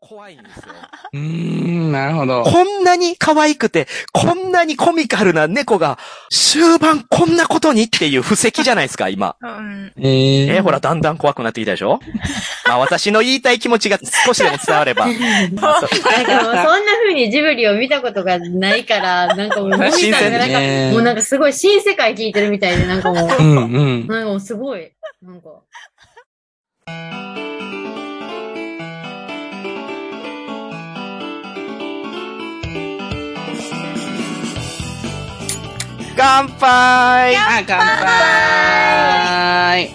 怖いんですよ。うーん、なるほど。 こんなに可愛くて、こんなにコミカルな猫が、終盤こんなことにっていう布石じゃないですか、今。うん。えー、えーほら、だんだん怖くなってきたで しょまあ、私の言いたい気持ちが少しでも伝わ れば。なんかもうそんな風にジブリを見たことがないから、なんかもう、新鮮ミさんがなんか、ねもうなんかすごい新世界聞いてるみたいで、なんかもうう、んうん。なんかもうすごい、なんか。乾杯あ、乾杯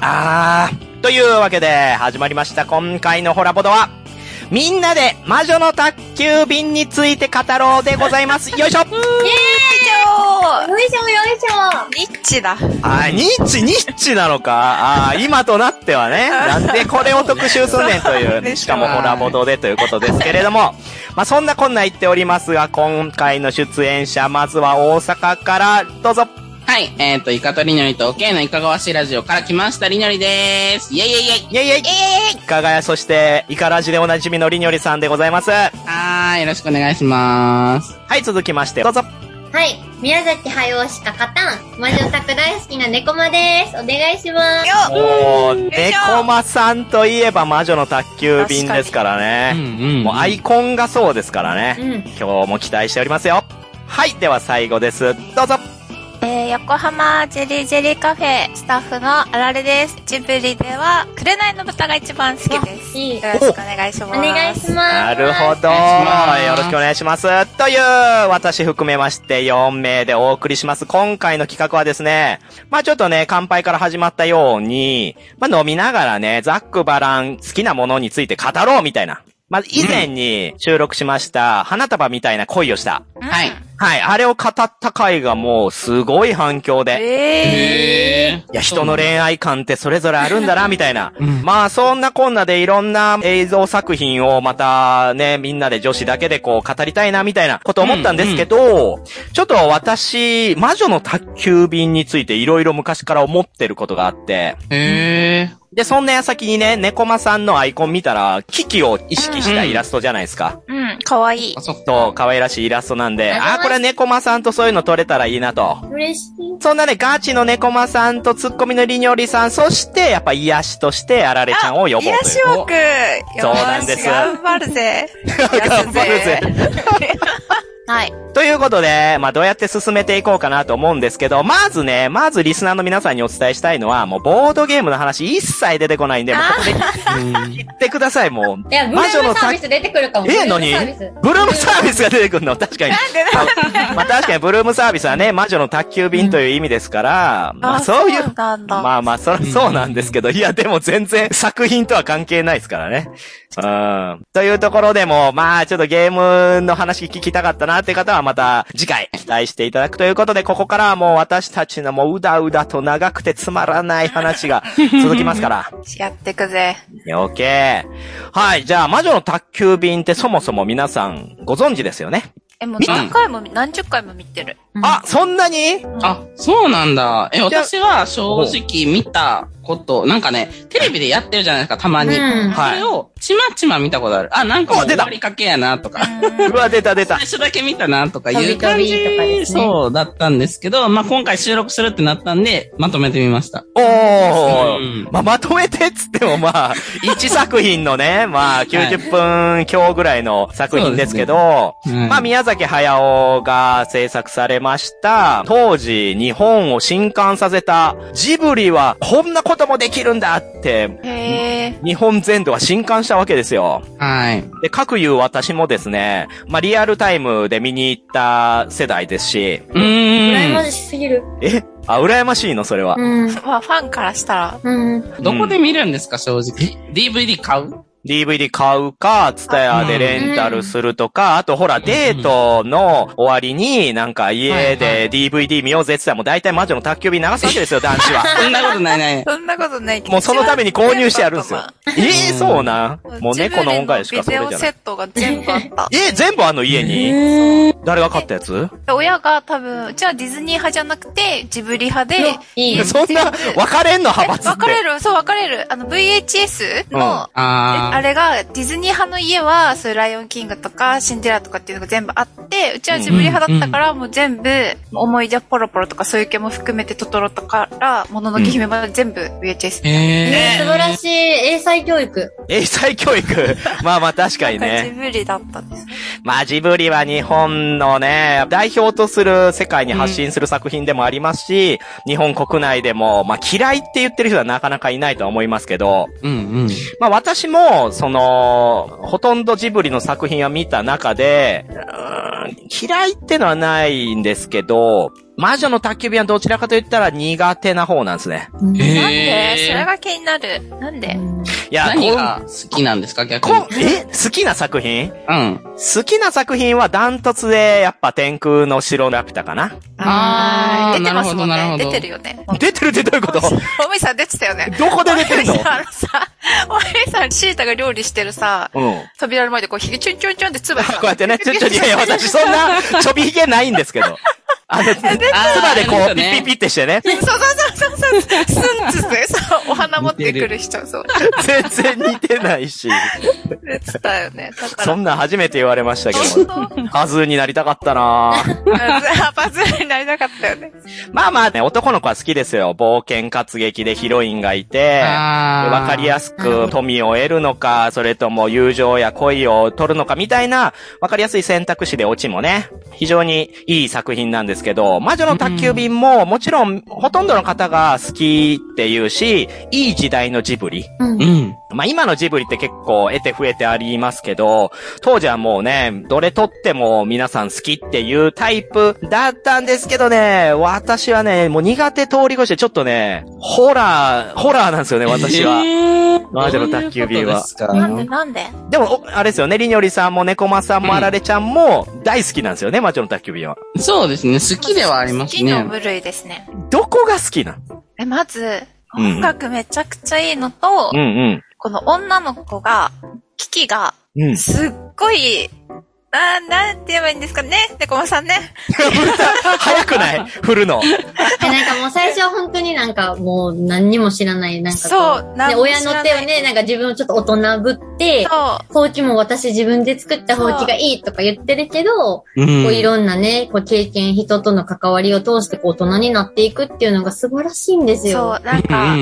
あー、というわけで始まりました今回のホラボドは、みんなで魔女の宅急便について語ろうでございます。 よいしょ以よいしょよいし上ょニッチだ。あー、ニッチ、ニッチなのか。あー、今となっては ね。なんでこれを特集すんねんとそいう でう。すしかもホラボドでということですけれども。まあ、そんなこんな言っておりますが、今回の出演者、まずは大阪から、どうぞ。はい、えっ、ー、と、イカとりのりと、OK のいかがわしいラジオから来ましたりのりでーす。イェイイェイイェイイェイイェイイかがや、そして、イカラジでおなじみのりにょりさんでございます。ははーい、よろしくお願いしまーす。い、続きまして、どうぞ。はい。宮崎駿しか勝たん。魔女宅大好きな猫まです。お願いします。よもう、いしょ猫まさんといえば魔女の宅急便ですからね。んもうアイコンがそうですからね。うん。今日も期待しておりますよ。はい、では最後です。どうぞ。えー、横浜ジェリージェリーカフェスタッフのあられです。ジブリでは、紅の豚が一番好きです。いよいろしくお願いしおます。願いします。なるほど。お願いしますよろしくお願いします。という、私含めまして4名でお送りします。今回の企画はですね、まあちょっとね、乾杯から始まったように、まあ飲みながらね、ざっくばらん好きなものについて語ろうみたいな。まあ以前に収録しました、花束みたいな恋をした。うん。はいはい、あれを語った回がもうすごい反響で。えへーいや、人の恋愛観ってそれぞれあるんだな、みたいな。うんまあ、そんなこんなでいろんな映像作品をまたね、みんなで女子だけでこう語りたいな、みたいなこと思ったんですけど、ちょっと私、魔女の宅急便についていろいろ昔から思ってることがあって、へーで、そんな矢先にね、猫間さんのアイコン見たら、キキを意識したイラストじゃないですか。うん、かわいいあ、。そっか。と、可愛らしいイラストなんで、ああー、これは猫間さんとそういうの撮れたらいいなと。嬉しい。そんなね、ガチの猫間さんとツッコミのりにょりさん、そして、やっぱ癒しとして、あられちゃんを呼ぼうという。癒し枠そうなんですよし頑張る ぜ頑張るぜ癒すぜはい。ということで、まあ、どうやって進めていこうかなと思うんですけど、まずね、まずリスナーの皆さんにお伝えしたいのは、もうボードゲームの話一切出てこないんで、もうあここで切ってください、もう。いや、ブルームサービス出てくるかも。え、ブルー何ムサービスブルームサービスが出てくるの確かに。まあ、確かにブルームサービスはね、魔女の宅急便という意味ですから、まあ、そういうなんだ。まあまあ、そらそうなんですけど、いや、でも全然作品とは関係ないですからね。うん。というところでも、まあ、ちょっとゲームの話聞きたかったなって方はまた次回期待していただくということで、ここからはもう私たちのもううだうだと長くてつまらない話が続きますから。やってくぜ。オッケー。はい、じゃあ、魔女の宅急便ってそもそも皆さんご存知ですよね。え、もう何回も、何十回も見てる。あ、そんなにあ、そうなんだ。え、私は正直見たこと、なんかね、テレビでやってるじゃないですか、たまに。うんそれを、ちまちま見たことある。あ、なんかもう終わりかけやな、とか。うわ、出た出た最。初だけ見たなとかいう感じ飛び飛びとかですねそうだったんですけど、まあ、今回収録するってなったんで、まとめてみました。おー、うんまあ、まとめてっつっても まあ、1作品のね、まあ、90分強ぐらいの作品ですけど、うんまあ、宮崎駿が制作されました、当時日本を震撼させた、ジブリはこんなこともできるんだって、へえ。日本全土は震撼したわけですよ。はい。で、各言う私もですね、まあ、リアルタイムで見に行った世代ですし、うー羨まん。しすぎる。えあ、羨ましいのそれは。うん。まあ、ファンからしたら、うん。どこで見るんですか、正直。DVD 買う DVD 買うか、ツタヤでレンタルするとか、あとほら、デートの終わりに、なんか家で DVD 見ようぜって言ったら、もう大体魔女の宅急便流すわけですよ、男子は。 そんなことないない。 そんなことないけどもうそのために購入してやるんですよ。ええうんそうなん一番もう猫の恩返しかそジれブリのじゃない 。ビデオセ。ットが全部あったえ、全部あの家にえー誰が買ったやつ親が多分、うちはディズニー派じゃなくて、ジブリ派で、いいえよ。 そんな、分かれんの派閥って。分かれる、そう分かれる。あの、VHS うんの、あーあれが、ディズニー派の家は、そういうライオンキングとか、シンデレラとかっていうのが全部あって、うちはジブリ派だったから、もう全部、思い出ポロポロとか、そういう系も含めて、トトロとから、もののけ姫まで全部 VHS。へねえ素晴らしい。英才教育。英才教育。 まあまあ確かになんかジね。ブリだったんです。まあジブリは日本のね、代表とする世界に発信する作品でもありますし、日本国内でも、まあ嫌いって言ってる人はなかなかいないとは思いますけど、うんうん。まあ私も、その、ほとんどジブリの作品を見た中で、うーん嫌いってのはないんですけど、魔女の宅急便はどちらかと言ったら苦手な方なんですね。へなんでそれえが気になる。なんでいや、何が好きなんですか逆こに。んこんえ好きな作品うん。好きな作品はダントツで、やっぱ天空の城ラピュタかな。あー出てますもんなるほね。ど出てるよね。出てるってどういうことおみさん出てたよね。どこで出てるのおみさんあのさ、おみさん、シータが料理してるさ、うん。扉の前でこう、ひげチュンチュンチュンってつばこうやってね、ちょ、ちょ、いやいや、私そんな、ちょびひげないんですけど。あの、つばでこあう、ーピッピッピってしてね。 そうそうそうそうそう。スンツってさ、お花持ってくる人、そう。全然似てないし。出てたよね。だから。そんなん初めて言われましたけど。本はずになりたかったなぁ。当あパズルになりなかったよね。まあまあね、男の子は好きですよ。冒険活劇でヒロインがいて。あーわかりやすく富を得るのか、それとも友情や恋を取るのかみたいな、わかりやすい選択肢でオチもね、非常にいい作品なんですけど、魔女の宅急便ももちろんほとんどの方が好きっていうし、いい時代のジブリ。うんうん。まあ今のジブリって結構得て増えてありますけど、当時はもうね、どれとっても皆さん好きっていうタイプだったんですけどね、私はね、もう苦手通り越してちょっとね、ホラー、ホラーなんですよね、私 は。えー魔女の宅急便はどういうなこんとでですかなんででも、おあれですよね、りにょりさんも猫まさんうもんあられちゃんも大好きなんですよね、魔女の宅急便は。そうですね。好きではあります好きのね。部類ですね。どこが好きなんえ、まず、うん音楽めちゃくちゃいいのと、うんうん。この女の子が、キキが、うん。 すっごい、あーなんて言えばいいんですかね猫間さんね。早くない振るの。え、なんかもう最初は本当になんかもう何にも知らない、なんかこそうう、何ね、も知ら親ないの手をね、なんか自分をちょっと大人ぶって、そほうきも私自分で作ったほうきがいいとか言ってるけど、うんこういろんなね、こう経験、人との関わりを通してこう大人になっていくっていうのが素晴らしいんですう。よ。そう、なんうんか、うん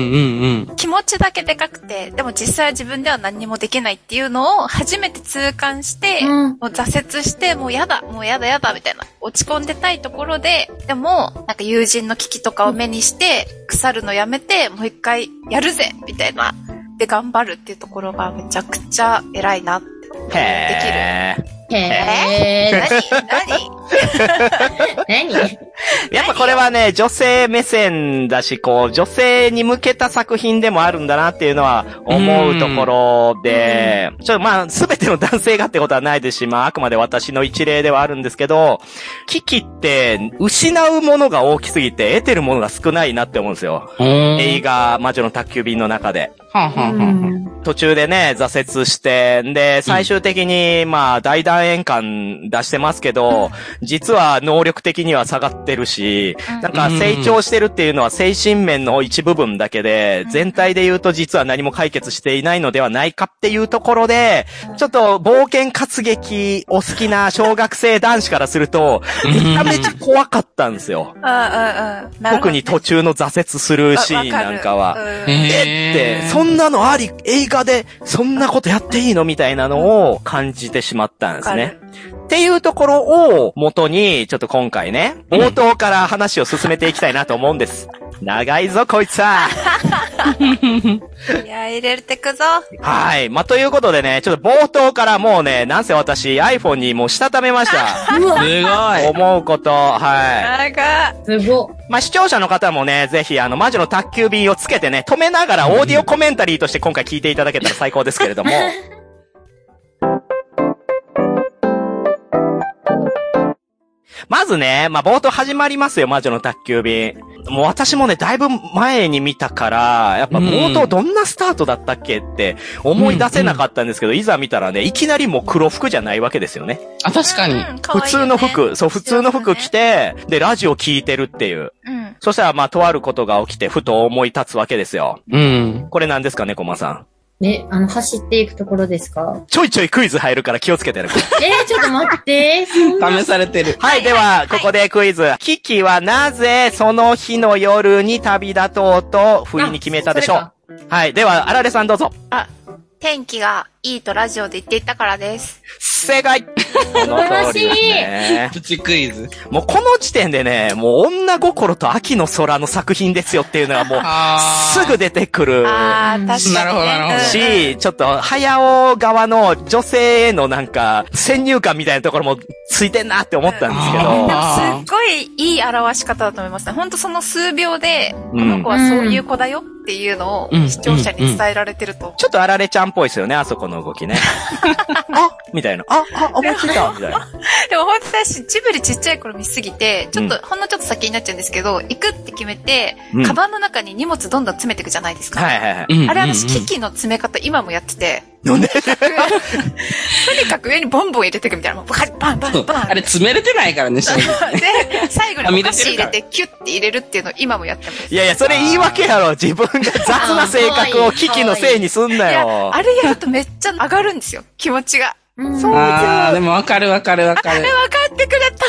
うん。気持ちだけでかくて、でも実際は自分では何にもできないっていうのを初めて痛感して、うん。もう挫折して、もうやだ、もうやだやだ、みたいな。落ち込んでたいところで、でも、なんか友人の危機とかを目にして、腐るのやめて、もう一回やるぜみたいな。で、頑張るっていうところがめちゃくちゃ偉いなっへて。へー。何 何何え。やっぱこれはね、女性目線だし、こう、女性に向けた作品でもあるんだなっていうのは思うところで、ちょっとまあ、すべての男性がってことはないですし、まあ、あくまで私の一例ではあるんですけど、危機って、失うものが大きすぎて、得てるものが少ないなって思うんですよ。映映画。画、魔女の宅急便の中で。はあはあはあはあ途中でね、挫折して、で、最終的に、まあ、大団円感出してますけど、実は能力的には下がってるし、なんかうん成長してるっていうのは精神面の一部分だけでう、ん全体で言うと実は何も解決していないのではないかっていうところで、ちょっと冒険活劇お好きな小学生男子からすると、めちゃめちゃ怖かったんですよ。うんうんうん。なるほ特どに途中の挫折するシーンなんかは。わるうんええっへて、ーそんなのあり、映画で、そんなことやっていいのみたいなのを感じてしまったんですね。っていうところを元に、ちょっと今回ね、冒頭から話を進めていきたいなと思うん です。長いぞ、こいつは。いや、入れてくぞ。はい。まあ、ということでね、ちょっと冒頭からもうね、なんせ私 iPhone にもうしたためました。 うわ、す思うこと、はい。長い。すごっ。まあ、視聴者の方もね、ぜひ、あの、魔女の宅急便をつけてね、止めながらオーディオコメンタリーとして今回聞いていただけたら最高ですけ れども。まずね、まあ、冒頭始まりますよ、魔女の宅急便。もう私もね、だいぶ前に見たから、やっぱ冒頭どんなスタートだったっけって思い出せなかったんですけど、いざ見たらね、いきなりもう黒服じゃないわけですよね。あ、確かに。うん普通の。可愛いよね服、そう、普通の服着て、で、ラジオ聞いてるっていう。うん。そしたら、まあ、とあることが起きて、ふと思い立つわけですよ。うん。これ何ですかね、コマさん。え、あの、走っていくところで すかちょいちょいクイズ入るから気をつけてね。えー、ちょっと待って。試されてる。 はい、では、ここでクイズ。キキはなぜ、その日の夜に旅立とうと、不意に決めたでしょう。はい、では、あられさんどうぞ。あ、天気がいいとラジオで言っていたからです。正解素晴らしいプチクイズ。 もうこの時点でね、もう女心と秋の空の作品ですよっていうのはもう、 あーすぐ出てくる。あー、確かにね。なるほどなるほどうんし、ちょっと、早尾側の女性へのなんか、先入観みたいなところもついてんなって思ったんですけでど、もすっごいいい表し方だと思いますね。ほんとその数秒で、うこのん子。はそういう子だよっていうのをうん視聴者に伝えられてると思ちょっとあられちゃんっぽいですよね、あそこの動き ね。あみたいな。あ、あ、思いついたみたいな。う。でも本当だし、ジブリちっちゃい頃見すぎて、ちょっと、ほんのちょっと先になっちゃうんですけど、行くって決めてうん、カバンの中に荷物どんどん詰めていくじゃないですか。はいはいはい。うんあれ私、うんうんキキの詰め方今もやってて、なんでとにかく上にボンボン入れていくみたいな。もうバンバンバそうンバン。あれ詰めれてないからね、正直で、最後にお菓子入れて、キュッて入れるっていうのを今もやってます。いやいや、それ言い訳やろ。自分が雑な性格を危機のせいにすんないよや、。あれやるとめっちゃ上がるんですよ、気持ちが。うんそうあー、でもわかるわかるわあかれる分。かってくれた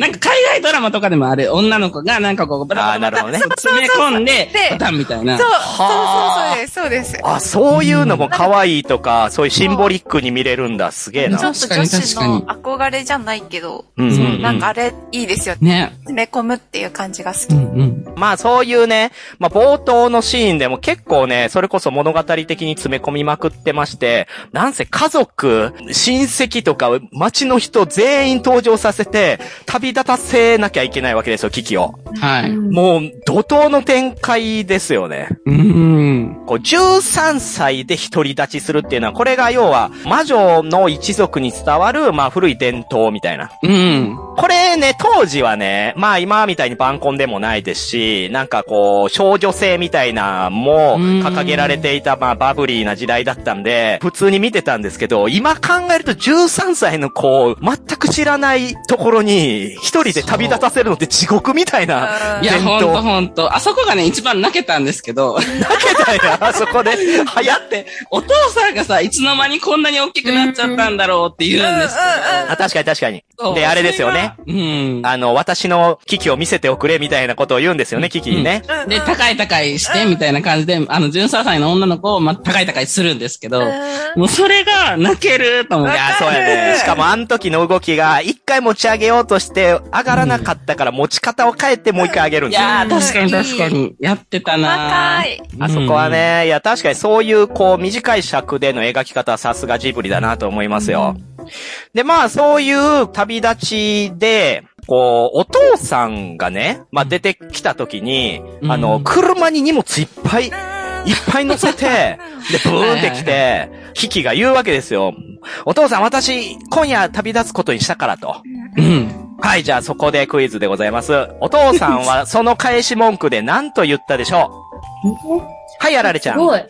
なんか海外ドラマとかでもある、女の子がなんかこう、ブあラーブなラるほどブねラ詰め込んでそうそうそう、でボタンみたいなそう、。はあそうそうそうです、そうです。あ、そういうのも可愛いとか、そういうシンボリックに見れるんだ。すげえちょな。っと女子の確憧れじゃないけど、うんうんそううんなんかあれいいですよね。ね。詰め込むっていう感じが好き。ううんん、うん。まあそういうね、まあ冒頭のシーンでも結構ね、それこそ物語的に詰め込みまくってまして、なんせ家族、親戚とか街の人全員登場させて、旅立たせなきゃいけないわけですよ、危機を。はい。うもう怒涛の展開ですよね。ーん。こう、13歳で独り立ちするっていうのは、これが要は、魔女の一族に伝わる、まあ古い伝統みたいな。うん。これね、当時はね、まあ今みたいに晩婚でもないですし、なんかこう、少女性みたいなのもうん掲げられていた、まあバブリーな時代だったんで、普通に見てたんですけど、今考えると13歳の子を全く知らないところに、一人で旅立たせるのって地獄みたいな、いや、伝統ほんとほんと。あそこがね、一番泣けたんですけど、泣けたよ、あそこで。流行って。お父さんがさ、いつの間にこんなに大きくなっちゃったんだろうって言うんですあ、確かに確かにそ。うで、あれですよね。けど。うん。あの、私の機器を見せておくれみたいなことを言うんですよね、機器にね。うんうんで、高い高いして、みたいな感じで、あの、13歳の女の子を、ま、高い高いするんですけど、うんもうそれが泣けると思っいて。や、そうやわかね。るしかもあの時の動きが、一回持ち上げようとして、上がらなかったから持ち方を変えてもう一回上げるんいですよ。やー、うん確かに確かに。やってたな細かーい。あそこはね、いや、確かにそういう、こう、短い尺での描き方はさすがジブリだなと思いますよ。で、まあ、そういう旅立ちで、こう、お父さんがね、まあ、出てきた時に、うんあの、車に荷物いっぱい、うんいっぱい乗せ て、で、ブーンって来て、キキが言うわけですよ。お父さん、私、今夜旅立つことにしたからと。うん。はい、じゃあそこでクイズでございます。お父さんはその返し文句で何と言ったでしょうはい、やられちゃすん。ごい。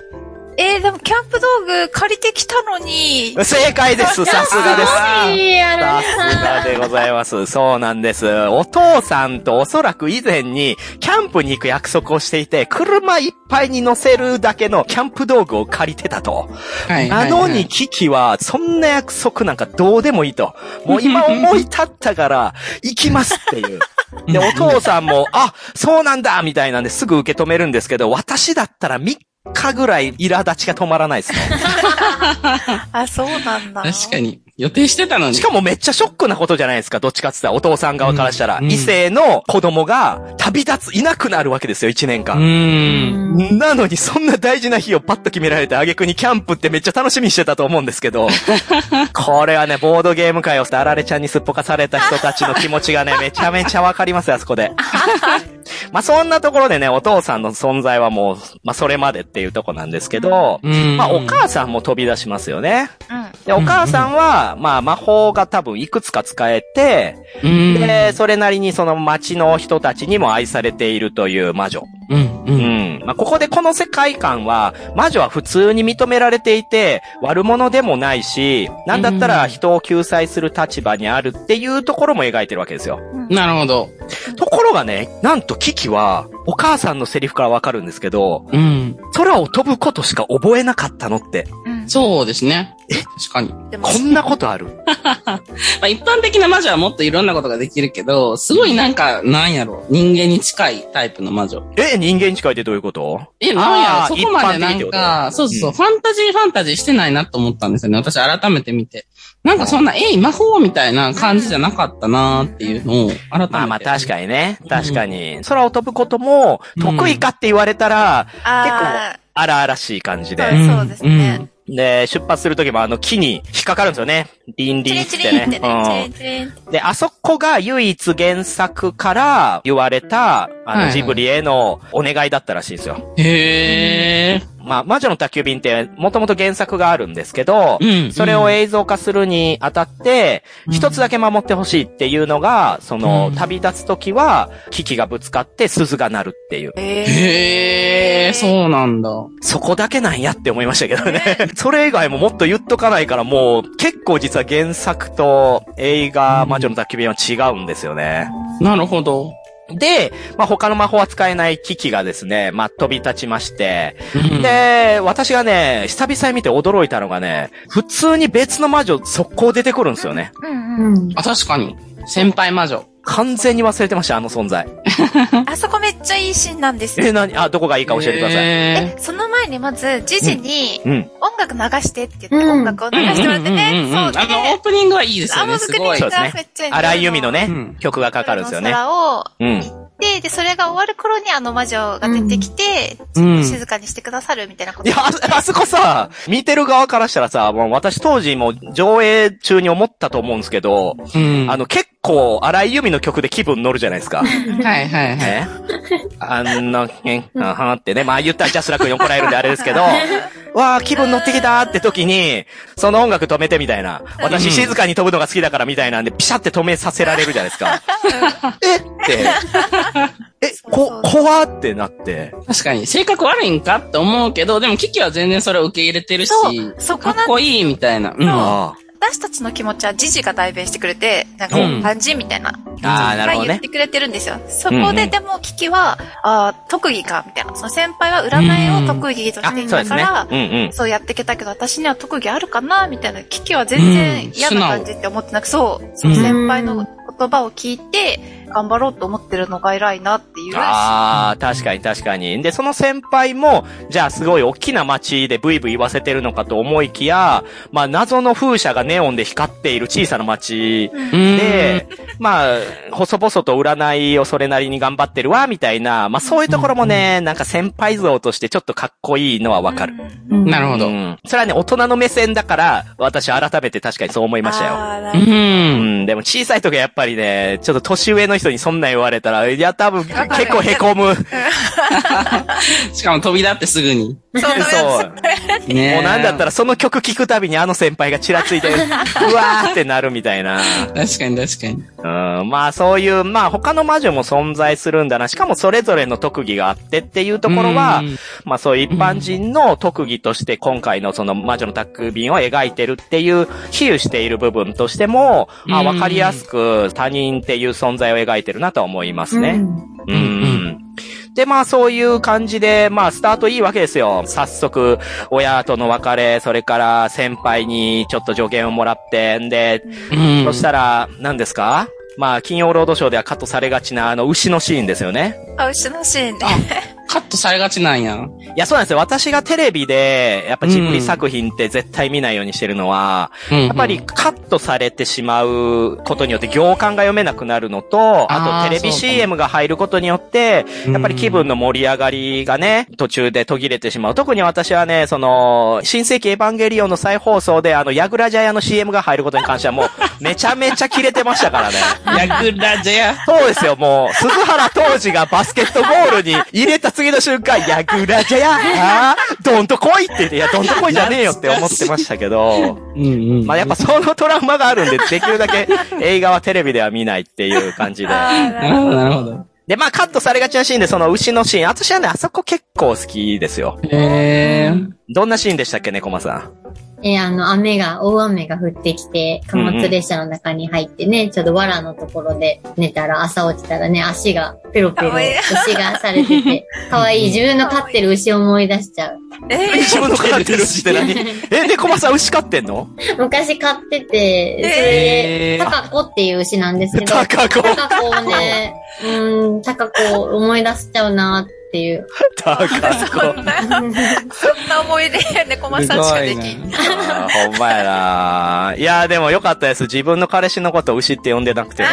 えーでもキャンプ道具借りてきたのに、正解です。さすがです。すごいやるさすがでございます。そうなんです。お父さんとおそらく以前にキャンプに行く約束をしていて、車いっぱいに乗せるだけのキャンプ道具を借りてたと。はい。なはいのに、、キキは、そんな約束なんかどうでもいいと。もう今思い立った から、行きますっていう。で、お父さんも、あ、そうなんだみたいなんですぐ受け止めるんですけど、私だったら3日ぐらい苛立ちが止まらないです ね。あ、そうなんだ。確かに。予定してたのに。しかもめっちゃショックなことじゃないですか、どっちかって言ったら、お父さん側からしたら。うんうん異性の子供が旅立つ、いなくなるわけですよ、1年う間。ーん。なのに、そんな大事な日をパッと決められて、挙句にキャンプってめっちゃ楽しみにしてたと思うんですけ ど、これはね、ボードゲーム界をしてあられちゃんにすっぽかされた人たちの気持ちが ね、めちゃめちゃわかりますよ、あそこで。 まあ、そんなところでね、お父さんの存在はもう、まあ、それまでっていうとこなんですけど、うんまあ、お母さんも飛び出しますよね。うん。で、お母さんは、まあ、魔法が多分いくつか使えて、うん。で、それなりにその街の人たちにも愛されているという魔女。うん、う。うんん。まあ、ここでこの世界観は、魔女は普通に認められていて、悪者でもないし、なんだったら人を救済する立場にあるっていうところも描いてるわけですよ。なるほど。ところがね、なんとキキは、お母さんのセリフからわかるんですけど、うん。空を飛ぶことしか覚えなかったのって、うん。そうですね。確かに。までも、こんなことある あ一般的な魔女はもっといろんなことができるけど、すごいなんか、なんやろ。人間に近いタイプの魔女。え、人間近いってどういうことえ、なんやあーろ。そこまで一般な的ってんこか、とそうそうそう、うんファンタジーファンタジーしてないなと思ったんですよね。私改めて見て。なんかそんな、えい、魔法みたいな感じじゃなかったなーっていうのを、改めて。まあまあ確に。かにね。確かに。空を飛ぶことも、得意かって言われたら、ああ、荒々しい感じうで。んそうですねんで、出発するときもあの木に引っかかるんですよね。リンチリンリっンチてリンっね。てね、チリンチリンって。うん。で、あそこが唯一原作から言われた、はいあはのいジブリへのお願いだったらしいんですよ。へえ。まあ、魔女の宅急便ってもともと原作があるんですけど、うんそれを映像化するにあたって、うん一つだけ守ってほしいっていうのが、そのう、ん旅立つときは、危機がぶつかって鈴が鳴るっていう。えへえ、そうなんだ。そこだけなんやって思いましたけどねね。 それ以外ももっと言っとかないから、もう、結構実は原作と映画魔女の宅急便は違うんですよね。なるほど。で、まあ、他の魔法は使えない危機がですね、まあ、飛び立ちまして、うん、で、私がね、久々に見て驚いたのがね、普通に別の魔女速攻出てくるんですよね。ー。うんうん。うん。あ、確かに。先輩魔女。完全に忘れてました、あの存在。あそこめっちゃいいシーンなんですえ、よ。なに、あ、どこがいいか教えてください。へえ、その前にまず、ジジにうん。音楽流してって言って、う音ん楽を流してもらっうんうんうんうてんね。そうあの、オーで、プニングはいいですよあ、もね、うす作りごいそ。うですがねめっちゃいい。荒井由実のね、うん曲がかかるんですよね。空をうん。で、で、それが終わる頃にあの魔女が出てきて、うん静かにしてくださるみたいなこいと。や、あ、あそこさ、見てる側からしたらさ、もう私当時も上映中に思ったと思うんですけど、うん。あの結構荒井由実の曲で気分乗るじゃない ですか。はいはいはい。ね。あの、え、あはってね。まあ言ったらジャスラ君に怒られるんであれですけ ど、わあ、気分乗ってきたって時に、その音楽止めてみたいな。う私ん静かに飛ぶのが好きだからみたいなんで、ピシャって止めさせられるじゃないですか。 えって。え、こ、怖ってなって。確かに、性格悪いんかって思うけど、でもキキは全然それを受け入れてるしそう、そこかなんっこいいみたいな。うん。ああ私たちの気持ちはジジが代弁してくれて、なんかうん感じみたいな。あああ、なるほど言っね。てくれてるんですよ。そうんこうで、んでも、キキは、あー特技か、みたいな。その先輩は占いを得意とあ、してそいうたですかねら。、うんうん。そうやってきたけど、私には特技あるかなみたいな。キキは全然うん嫌な感じって思ってなく、そう、その先輩の言葉を聞いて、頑張ろうと思ってるのが偉いなっていう。ああ、確かに確かに。で、その先輩も、じゃあすごい大きな街でブイブイ言わせてるのかと思いきや、まあ謎の風車がネオンで光っている小さな街で、まあ、細々と占いをそれなりに頑張ってるわ、みたいな、まあそういうところもね、なんか先輩像としてちょっとかっこいいのはわかる。うんなるほうど。ん。それはね、大人の目線だから、私改めて確かにそう思いましたよ。あーなう。るほどうんん、でも小さい時はやっぱりね、ちょっと年上の人にそんなん言われたら、いや、多分結かる構凹む。しかも飛び立ってすぐに。そうなんですそう。ねもうなんだったらその曲聴くたびにあの先輩がちらついて、うわーってなるみたいな。ら。確かに確かに。うん、まあそういう、まあ他の魔女も存在するんだな。しかもそれぞれの特技があってっていうところはうん、まあそういう一般人の特技として今回のその魔女の宅便を描いてるっていう、比喩している部分としても、まあうんわかりやすく他人っていう存在を描いてるなとは思いますね。うんうんで、まあそういう感じで、まあスタートいいわけですよ。早速、親との別れ、それから先輩にちょっと助言をもらって、んで、うん。そしたら、何ですかまあ、金曜ロードショーではカットされがちな、あの、牛のシーンですよね。あ、牛のシーンね。カットされがちなんや。いや、そうなんですよ。私がテレビで、やっぱジブリ作品って絶対見ないようにしてるのは、ややっぱり、カットされてしまうことによって行間が読めなくなるのと、あとあーテレビそうか CM が入ることによって、うんやっぱり気分の盛り上がりがね、途中で途切れてしまう。特に私はね、その、新世紀エヴァンゲリオンの再放送で、あの、ヤグラジャヤの CM が入ることに関してはもう、めちゃめちゃキレてましたからね。 ヤクラジャそうですよ、もう、鈴原当時がバスケットボールに入れた次の瞬間、ヤクラジャやどんと来いって言って、いや、どんと来いじゃねえよって思ってましたけど、うんうん。まあやっぱそのトラウマがある んで、できるだけ映画はテレビでは見ないっていう感 じで。なるほど、なるほど。で、まあカットされがちなシーンで、その牛のシーン、私はね、あそこ結構好きですよ。へー。どんなシーンでしたっけね、コマさん。えーあの、雨が、大雨が降ってきて、貨物列車の中に入ってね、ちょうど藁のところで寝たら、朝起きたらね、足がペロペロ、かわいい牛がされて て、かわいい、自分の飼ってる牛を思い出しちゃう。えー自分の飼ってる牛って何え、で、コマさん牛飼ってん の昔飼ってて、そえれで、ータカコっていう牛なんですけど、タカコ。タカコをね、うん、タカコを思い出しちゃうなっていう。タカコ。そんな、そんな思い出、猫間すさんしかごでいきん。ね。あーほんまやな。いやーでもよかったです。自分の彼氏のことを牛って呼んでなくて、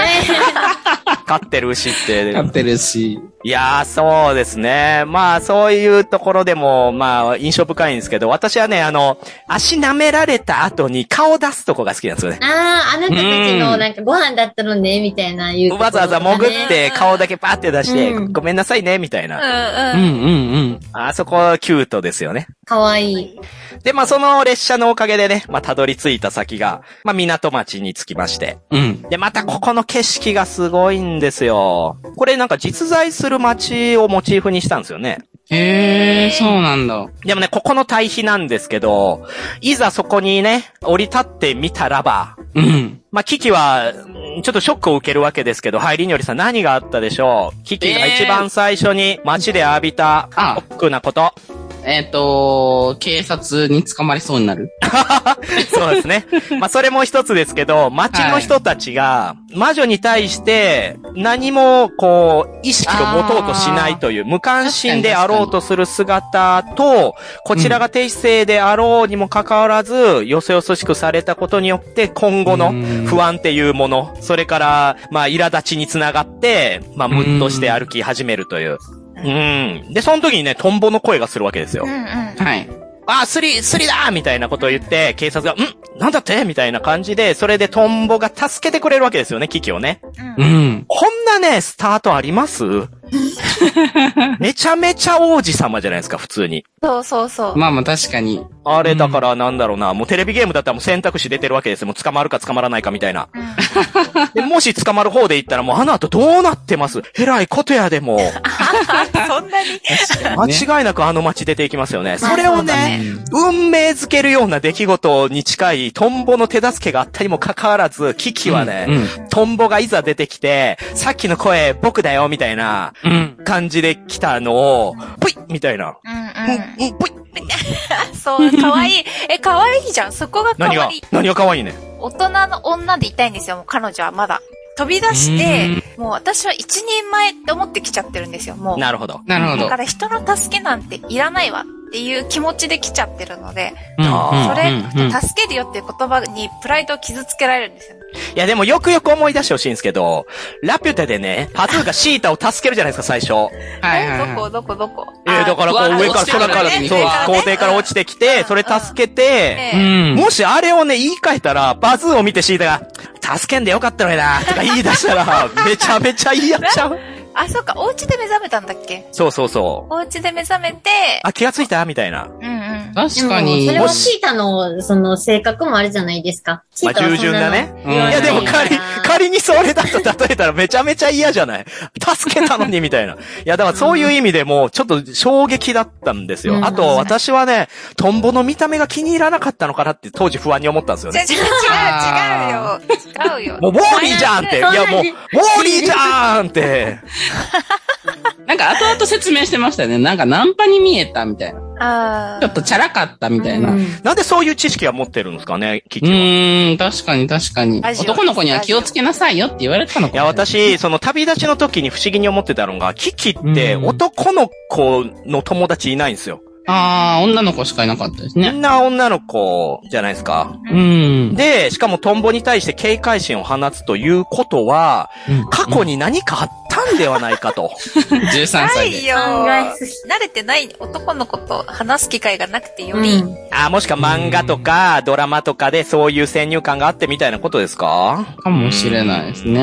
飼ってる牛って。飼ってるし。いやー、そうですね。まあ、そういうところでも、まあ、印象深いんですけど、私はね、あの、足舐められた後に顔出すとこが好きなんですよね。ああ、あなたたちのなんかご飯だったのね、みたいな言うところわとざかわね、ざ潜って顔だけパーって出して、うんごめんなさいね、みたいな。ううんんうん。うんあそこ、キュートですよね。かわいい。で、まあ、その列車のおかげでね、まあ、たどり着いた先が、まあ、港町に着きまして。うん。うん。で、またここの景色がすごいんですよ。これなんか実在する街をモチーフにしたんですよね。へー、そうなんだ。でもね、ここの対比なんですけど、いざそこにね、降り立ってみたらば、うん。まあ、キキは、うんちょっとショックを受けるわけですけど、はい、りにょりさん何があったでしょうキキが一番最初に街で浴びた、あショックなこと。えっ、と、警察に捕まりそうになる。 そうですね。まあ、それも一つですけど、街の人たちが、魔女に対して、何も、こう、意識を持とうとしないという、無関心であろうとする姿と、こちらが低姿勢であろうにもかかわらず、よそよそしくされたことによって、今後のうん不安っていうもの、それから、まあ、苛立ちにつながって、まあ、ムッとして歩き始めるという。うん。で、その時にね、トンボの声がするわけですようん。うん。はい。あ、スリ、スリだーみたいなことを言って、警察が、んなんだってみたいな感じで、それでトンボが助けてくれるわけですよね、キキをね。うんうん。こんなね、スタートありますめちゃめちゃ王子様じゃないですか、普通に。そうそうそう。まあまあ確かに。あれだからなんだろうな、もうテレビゲームだったらもう選択肢出てるわけですよ。もう捕まるか捕まらないかみたい な。うんでもし捕まる方で言ったらもうあの後どうなってますえらいことやでもう。そんなに間違いなくあの街出ていきますよね。まあそれをそうだねね、運命づけるような出来事に近いトンボの手助けがあったにもかかわらず、キキはね、うトンボがいざ出てきて、さっきの声僕だよみたいなうん。うん。感じで来たのを、ぷいっみたいな。うんう、うんうん、ぷいっん。そう、かわいい。え、かわいいじゃん。そこがか何がわいい。何が可愛いね。大人の女でいたいんですよ、もう彼女はまだ。飛び出して、もう私は一人前って思ってきちゃってるんですよ、もう。なるほど。なるほど。だから人の助けなんていらないわっていう気持ちで来ちゃってるので、うんそうんれ、助けるよっていう言葉にプライドを傷つけられるんですよね。いやでもよくよく思い出してほしいんですけど、ラピュタでね、パズーがシータを助けるじゃないですか、最初。はいはいはいどこどこどこえー、だからこう上から空から、そう、校庭から落ちちてきて、それ助けて、うん。もしあれをね、言い換えたら、バズーを見てシータが、助けんでよかったのにな、とか言い出した ら、めちゃめちゃ言い合っちゃう。あ、そうか、お家で目覚めたんだっけそうそうそう。お家で目覚めて、あ、気がついたみたいな。うんうん。確かにでもそ。れはもしシータの、その、性格もあるじゃないですか。シータはそんなのまあ従順だね言わいなやでもから仮、仮にそれだと例えたらめちゃめちゃ嫌じゃない助けたのにみたいな。いやだからそういう意味でもうちょっと衝撃だったんですうんよ。あと私はね、トンボの見た目が気に入らなかったのかなって当時不安に思ったんですよ違うね。違う違うよ。違うよ。もうウォーリーじゃんって。いそやうだねもう、ウォーリーじゃんって。なんか後々説明してましたよね。なんかナンパに見えたみたいな。あちょっとチャラかったみたいな。ううんなんでそういう知識は持ってるんですかね、キキは。ーん、確かに確かに。ラジオ男の子には気をつけなさいよって言われてたのかいもや、私、その旅立ちの時に不思議に思ってたのが、キキってうん男の子の友達いないんですよ。あー、女の子しかいなかったですみね。んな女の子じゃないですか。うん。で、しかもトンボに対して警戒心を放つということは、うん過去に何かあったんではないかと。 13な歳いで。よ。考えすぎ慣れてない男の子と話す機会がなくてより、うんあ、もしか漫画とかドラマとかでそういう先入観があってみたいなことですかかもしれないですね。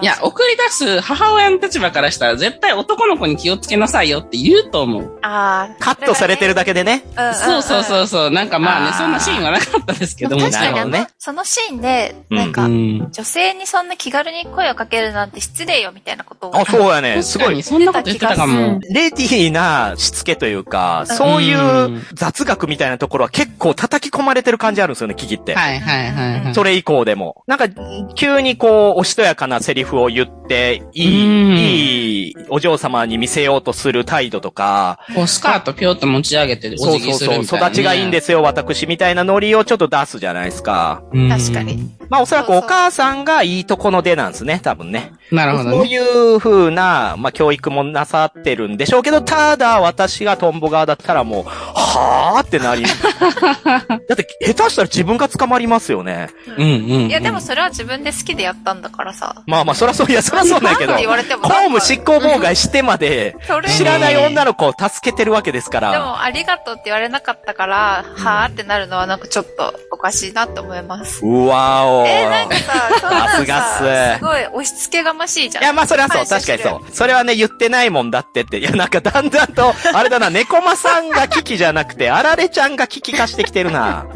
いや、送り出す母親の立場からしたら絶対男の子に気をつけなさいよって言うと思う。ああ。カットされてるだけでね。うんんんそうそうそうそう。なんかまああね、ーそんなシーンはなかったですけども。確かにあのなるほどねそのシーンで、なんうか、ん。女性にそんな気軽に声をかけるなんて失礼よみたいなことを。あ、そうやね。す確ごかいに、。そんなこと言ってたかも。レディーなしつけというか、そういう雑学みたいなところは結構叩き込まれてる感じあるんですよね、聞きって。はいはいはいはい。それ以降でも。なんか、急にこう、おしとやかなセリフを言って、いうんい、いいお嬢様に見せようとする態度とか、こう、スカートぴょーっと持ち上げておそうそう辞儀すそるう、みたいなね。育ちがいいんですよ、私みたいなノリをちょっと出すじゃないですか。うん確かに。まあ、おそらくそうおそう母さんがいいとこの出なんですね、多分ね。なるほどそうね。いう風な、まあ、教育もなさってるんでしょうけど、ただ、私がトンボ側だったらもう、はぁーって なり。だって、下手したら自分が捕まりますよね。うんうんうん。いや、でもそれは自分で好きでやったんだからさ。まあまあ、そらそう、いや、そらそうだけどなんて。言われても公務執行妨害してまで、それ知らない女の子を助けてるわけですかでら。も、ありがとうって言われなかったから、はーってなるのはなんかちょっとおかしいなと思います。うわお。えー、なんかさ、そんなさんすがっさ、すすごい押し付けがましいじゃん。いや、まあ、それはそう。確感か謝にしてるそう。それはね、言ってないもんだってって。いや、なんか、だんだんと、あれだな、猫間さんがキキじゃなくて、あられちゃんがキキ化してきてるな。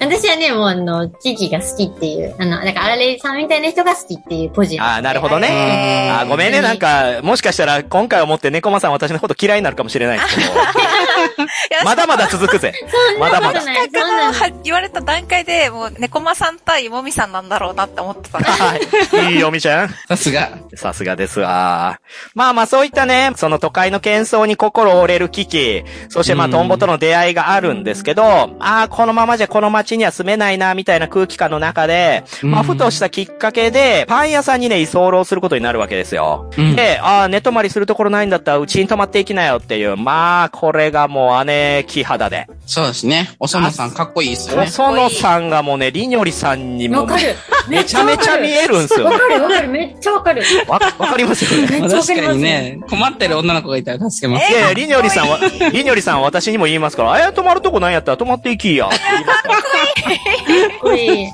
私はね、もうあの、キキが好きっていう、あの、なんか、あられさんみたいな人が好きっていうポジ。ああ、なるほどね。えーあーごめんね、なんか、もしかしたら、今回をもって猫間さん私のこと嫌いになるかもしれないです けど。いやまだまだ続くぜ。そんなまだまこだとない。そんあなのは言われた段階で、もう、猫間さん対もみさんなんだろうなって思っ てたの。はい。いいよ、みちゃん。さすが。さすがですわ。まあまあそういったね、その都会の喧騒に心折れる危機、そしてまあうんトンボとの出会いがあるんですけど、ああ、このままじゃこの街には住めないな、みたいな空気感の中で、まあうんふとしたきっかけで、パン屋さんにね、居候することになるわけですよ。うんで、ああ、寝泊まりするところないんだったら、うちに泊まっていきなよっていう、まあ、これがもう姉貴肌で。そうですね。おそのさんかっこいいですよね。細野さんがもうね、りにょりさんにもわかる。めちゃめちゃ見る。えるんすよわね。かるわかる。めっちゃわかる。わ、わかりますよ ね。めまっあちゃわ確かりまかすに。ね、困ってる女の子がいたら助けますい。やいや、えりにょりさんは、りにょりさんは私にも言いますから、あや泊まるとこないんやったら泊まっていきや。って言いますからかっこいい。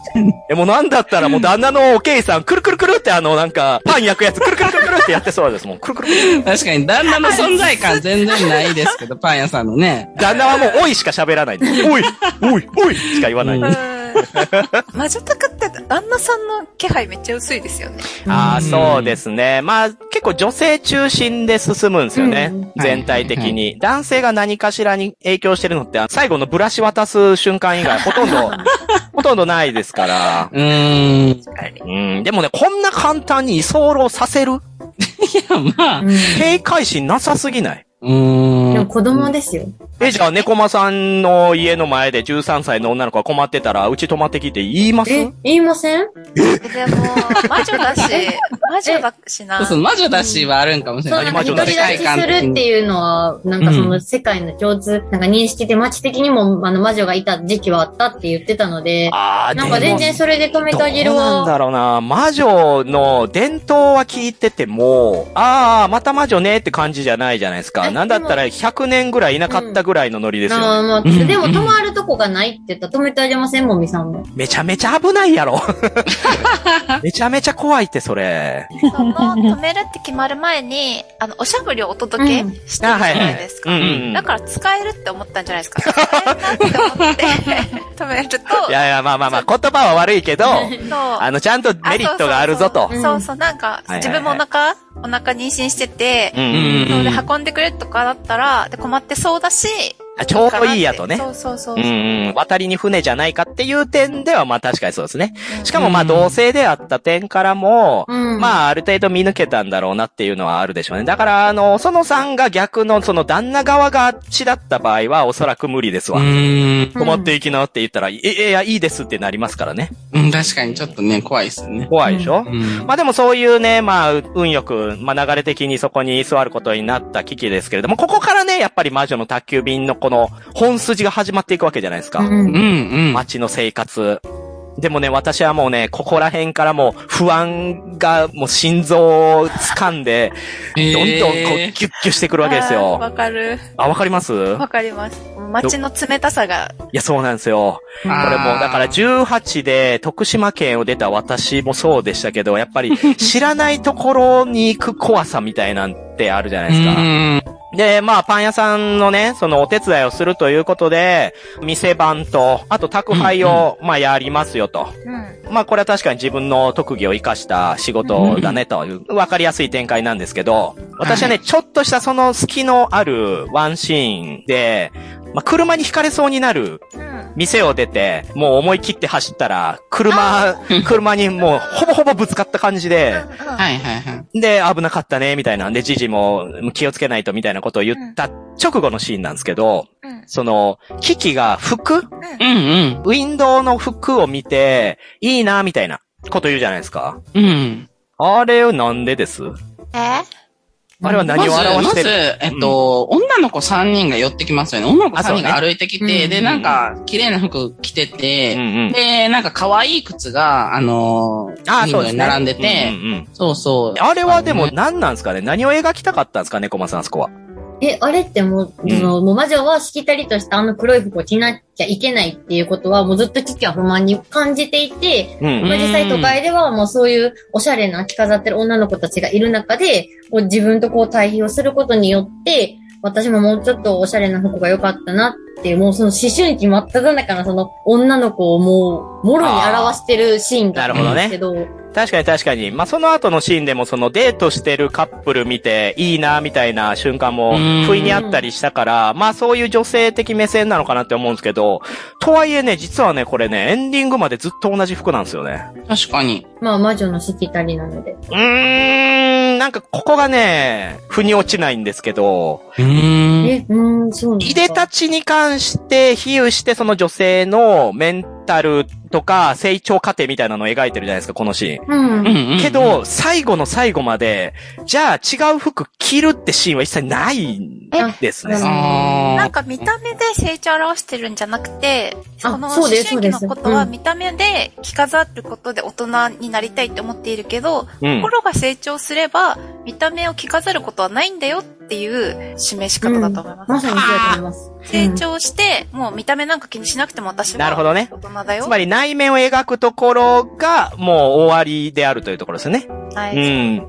え、もうなんだったらもう旦那のおけいさん、くるくるくるってあの、なんか、パン焼くやつ、くるくるくるくるってやってそうですもん。くるくるくる。確かに旦那の存在感全然ないですけど、パン屋さんのね。旦那はもう、おいしか喋らないんです。おい、おい、おいしか言わない。うんうん。魔女宅って旦那さんの気配めっちゃ薄いですよね。ああ、そうですね。まあ、結構女性中心で進むんですよね。うん全体的に、はい男性が何かしらに影響してるのって、あの最後のブラシ渡す瞬間以外、ほとんど、ほとんどないですから。うーん。いうん。でもね、こんな簡単に居候させるや、まあう。ん警戒心なさすぎないうーん。でも子供ですよ。え、じゃあ、猫間さんの家の前で13歳の女の子が困ってたら、うち泊まってきて言いますえ、言いませんでも、魔女だ し、魔女だしなそう。そう、魔女だしはあるんかもしそれな。うないんか独だり立ちするっていうのは、なんかその世界の共通、なんか認識で街的にもあの魔女がいた時期はあったって言ってたので、ああ、なんか全然それで止めどてあげるうなんわ。だろうな。魔女の伝統は聞いてても、ああ、また魔女ねって感じじゃないじゃないですか。えなんだったら100年ぐらいいなかったぐらいのノリですよ、あねあまあ、うんでも止まるとこがないって言ったら止めてあげませんもみさんも。めちゃめちゃ危ない やろ。めちゃめちゃ怖いって、そ れ。その、止めるって決まる前に、あの、おしゃぶりをお届けうんしてるじゃないですかうんうんうん。だから使えるって思ったんじゃないですか。使えるなって思って、止めると、いやいや、まあまあまあ、言葉は悪い けど、そうあの、ちゃんとメリットがあるぞとそう。そうそうそう、なんか、はいはいはい自分もお腹、お腹妊娠しててう、んうんそうで運んでくれとかだったら、で困ってそうだし、あちょうどいいやとね。そうそうそうう。んうん。渡りに船じゃないかっていう点では、まあ確かにそうですね。うんしかもまあうん同性であった点からも、うんまあある程度見抜けたんだろうなっていうのはあるでしょうね。だからあの、そのさんが逆のその旦那側があっちだった場合はおそらく無理ですうわ。ーん。止まっていきなって言ったら、え、え、いや、いいですってなりますからね。うん、確かにちょっとね、怖いですよね。怖いでしょ、うん。まあでもそういうね、まあ、運よく、まあ流れ的にそこに座ることになった危機ですけれども、ここからね、やっぱり魔女の宅急便のこの本筋が始まっていくわけじゃないですか。うんうん、うん。街の生活。でもね、私はもうね、ここら辺からもう不安がもう心臓を掴んで、えどんどんこうえギュッギュしてくるわけですあーわよ。かる。あ、わかりますわかります。街の冷たさが、いや、そうなんですよ。ーこれもう、だから18で徳島県を出た私もそうでしたけど、やっぱ り知らないところに行く怖さみたいなんてあるじゃないですうか。んで、まあ、パン屋さんのね、そのお手伝いをするということで、店番と、あと宅配を、まあ、やりますよと。うん。まあ、これは確かに自分の特技を活かした仕事だねという、わかりやすい展開なんですけど、私はね、ちょっとしたその隙のあるワンシーンで、まあ、車に惹かれそうになるうん。店を出て、もう思い切って走ったら、車、車にもうほぼほぼぶつかった感じ で、は。はいいはいはい。で、危なかったね、みたいなんで、ジジも気をつけないと、みたいなことを言った直後のシーンなんですけど、うん。その、キキが服うんウィンドウの服を見て、いいな、みたいなこと言うじゃないですか。うん。うん。あれをなんでですえあれは何を表してるまず、まずえっと、女の子3人が寄ってきますよね。女の子3人あがそう歩いてきて、うんで、なんか、綺麗な服着てて、うん うん。で、なんか可愛い靴が、あのー、あリンそうグですにね。並んでて、うんうんうんそうそう。あれはでも何なんですかね何を描きたかったんですかね、コマさん、あそこは。え、あれってもう、うんその、もう魔女はしきたりとしたあの黒い服を着なきゃいけないっていうことは、もうずっと危機は不満に感じていて、うんうんまあ実際都会ではもうそういうおしゃれな着飾ってる女の子たちがいる中で、こう自分とこう対比をすることによって、私ももうちょっとおしゃれな服が良かったなっていう、もうその思春期真っ只中のその女の子をもう、もろに表してるシーンがあるんですけど、確かに確かに。まあ、その後のシーンでもそのデートしてるカップル見ていいなみたいな瞬間もうん不意にあったりしたから、まあそういう女性的目線なのかなって思うんですけど、とはいえね、実はね、これね、エンディングまでずっと同じ服なんですよね。確かに。まあ魔女のしきたりなので。うーん、なんかここがね、腑に落ちないんですけど、うーん。え、うーん、そうなんだいでたちに関して比喩してその女性のメンタルとか成長過程みたいなのを描いてるじゃないですか、このシーン。うんう。んうんけ、ど、最後の最後まで、じゃあ違う服着るってシーンは一切ないんですねえ。あーなんか見た目で成長を表してるんじゃなくて、あそのそ思うです春期のことはそうですうん見た目で着飾ることで大人になりたいって思っているけど、うん。心が成長すれば見た目を着飾ることはないんだよっていう示し方だと思います。まさにそうだと思います。成長して、もう見た目なんか気にしなくても私はなるほどね大人だよ。つまり内面を描くところが、もう終わりであるというところですよね。はうい。ん。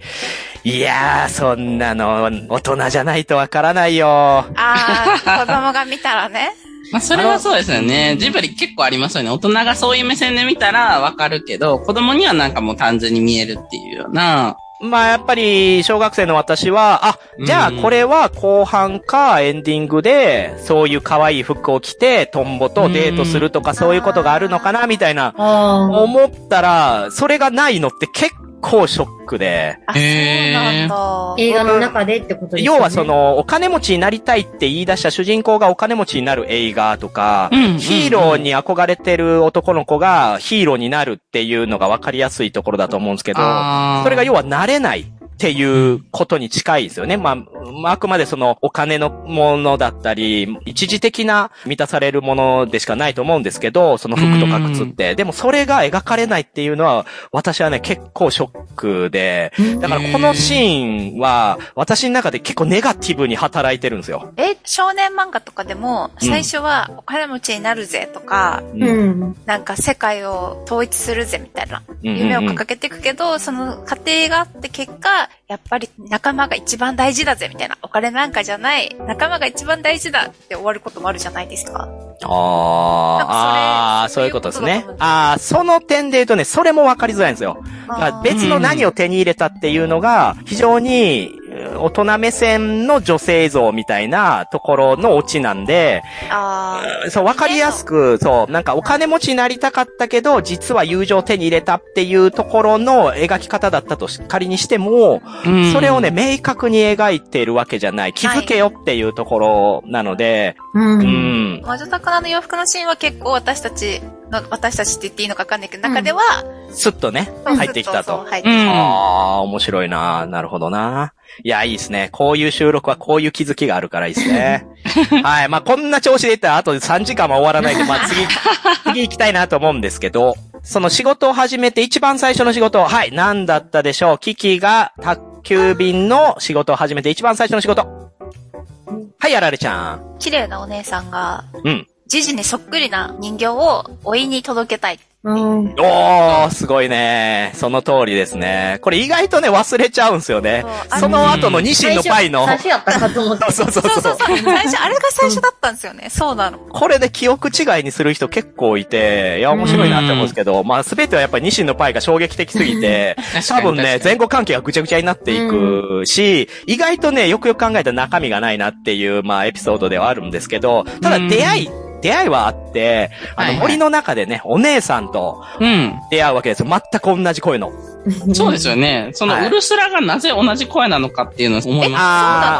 いやー、そんなの、大人じゃないとわからないよ。ああ、子供が見たらね。まあ、それはそうですよね。ジブリ結構ありますよね。大人がそういう目線で見たらわかるけど、子供にはなんかもう単純に見えるっていうような。まあ、やっぱり、小学生の私は、あ、じゃあうんこれは後半かエンディングで、そういう可愛い服を着て、トンボとデートするとか、そういうことがあるのかな、みたいな。あ思ったら、それがないのって結構ショックで、あ、へーあ。そうなんだ。映画の中でってことですよね。要はそ、の、お金持ちになりたいって言い出した主人公がお金持ちになる映画とか、うんヒーローに憧れてる男の子がヒーローになるっていうのが分かりやすいところだと思うんですけど、あーそれが要は慣れないっていうことに近いですよね。まあ、まあ、あくまでそのお金のものだったり、一時的な満たされるものでしかないと思うんですけど、その服とか靴って。でもそれが描かれないっていうのは、私はね、結構ショックで、だからこのシーンは、私の中で結構ネガティブに働いてるんですよ。え、少年漫画とかでも、最初はお金持ちになるぜとか、ううんん。なんか世界を統一するぜみたいなうん夢をうん掲げていくけど、その過程があって結果、やっぱり仲間が一番大事だぜみたいな、お金なんかじゃない、仲間が一番大事だって終わることもあるじゃないですか。なんかそれあーあー、そういうことですね。ああ、その点で言うとね、それも分かりづらいんですよ。だから別の何を手に入れたっていうのが、非常にうん大人目線の女性像みたいなところのオチなんで、あーそう、わかりやすく、そう、なんかお金持ちになりたかったけど、実は友情を手に入れたっていうところの描き方だったとし仮にしても、うんそれをね、、明確に描いてるわけじゃない。気づけよっていうところなので、う。うんん。魔女宝の洋服のシーンは結構私たちの、私たちって言っていいのかわかんないけど、中では、スッとね、入ってきたそうそうとそう。入ってうきん。ああ、面白いな。なるほどな。いや、いいですね。こういう収録はこういう気づきがあるからいいですね。はい。まあ、こんな調子でいったら、あと3時間は終わらないで、まあ、次、次行きたいなと思うんですけど、その仕事を始めて一番最初の仕事は、はい、何だったでしょうキキが宅急便の仕事を始めて一番最初の仕事。はい、あられちゃん。綺麗なお姉さんが、うん。ジジにそっくりな人形をおいに届けたい。うん。おー、すごいね。その通りですね。これ意外とね、忘れちゃうんすよねそうあ。のその後のニシンのパイの。最初やったかと思った。そうそうそそううそうそう。そう。最初、あれが最初だったんですよね。そうなの。これで記憶違いにする人結構いて、いや、面白いなって思うんですけど、まあ、すべてはやっぱりニシンのパイが衝撃的すぎて、多分ね、前後関係がぐちゃぐちゃになっていくし、意外とね、よくよく考えたら中身がないなっていう、まあ、エピソードではあるんですけど、ただうん出会い、出会いはあって、あはいのはい森の中でね、お姉さんとうん。出会うわけですよ。全く同じ声の。 そうですよね。そはのいウルスラがなぜ同じ声なのかっていうのを思います。あ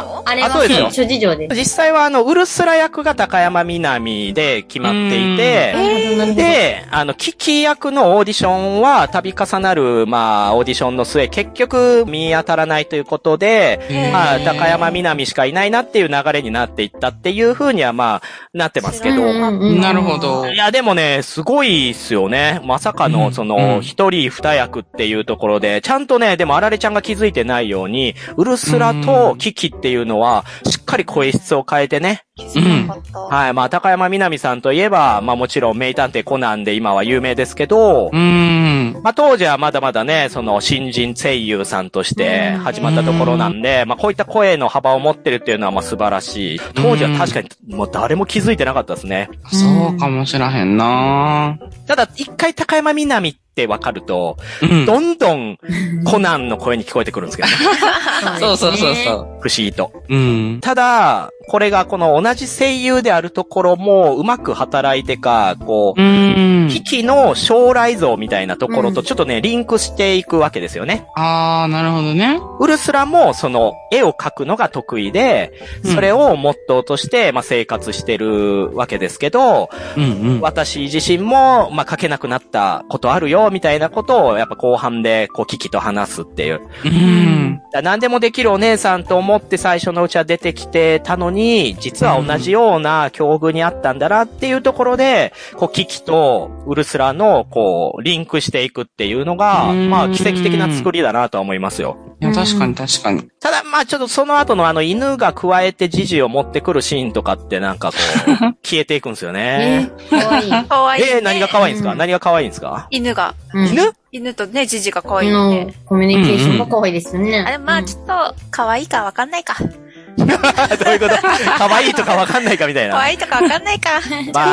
あそうなのあれあそうですはよ諸事情で。実際はあの、ウルスラ役が高山みなみで決まっていて、なるほど、なるで、あの、キキ役のオーディションは、度重なる、まあ、オーディションの末、結局、見当たらないということで、へーまあ、高山みなみしかいないなっていう流れになっていったっていう風には、まあ、なってますけほど。ど。うんうんうんなるほど。いや、でもね、すごいっすよね。まさかうの、んそうの、ん一人二役っていうところで、ちゃんとね、でも、あられちゃんが気づいてないように、ウルスラとキキっていうのは、しっかり声質を変えてね、気づかなかった。はい。まあ、高山みなみさんといえば、まあもちろん名探偵コナンで今は有名ですけど、うーん。まあ当時はまだまだね、その新人声優さんとして始まったところなんで、まあこういった声の幅を持ってるっていうのはまあ素晴らしい。当時は確かにもう誰も気づいてなかったですね。そうかもしらへんなただ一回高山みなみってわかると、うん。どんどんコナンの声に聞こえてくるんですけ どね。そうそうそううそ不思議と。う。うん。ただ、これがこの同じ声優であるところもうまく働いてか、こう、うー危ん。機の将来像みたいなところうとんちょっとね、リンクしていくわけですよね。あー、なるほどね。ウルスラもその絵を描くのが得意で、うんそれをモットーとして、まあ、生活してるわけですけど、うんうん。私自身も、まあ、描けなくなったことあるよ、みたいなことをやっぱ後半でこう危機と話すっていう。うーん。だ何でもできるお姉さんと思って最初のうちは出てきてたのに、実は同じような境遇にあったんだなっていうところで、こう、キキとウルスラの、こう、リンクしていくっていうのが、うんまあ、奇跡的な作りだなとは思いますよ。いや、確かに確かに。ただ、まあ、ちょっとその後のあの、犬が加えてジジを持ってくるシーンとかってなんかこう、消えていくんですよね。ね。かわいい。かわいい、ね。えー、何が可愛いんですか、うん何が可愛いんですか犬が。うん犬 犬とね、ジジが可愛いよのね。コミュニケーションが可愛いですよね。あれ、まあ、うんちょっと、可愛いかわかんないか。どういうこと可愛いとかわかんないかみたいな。可愛いとかわかんな いか。そういうまあ、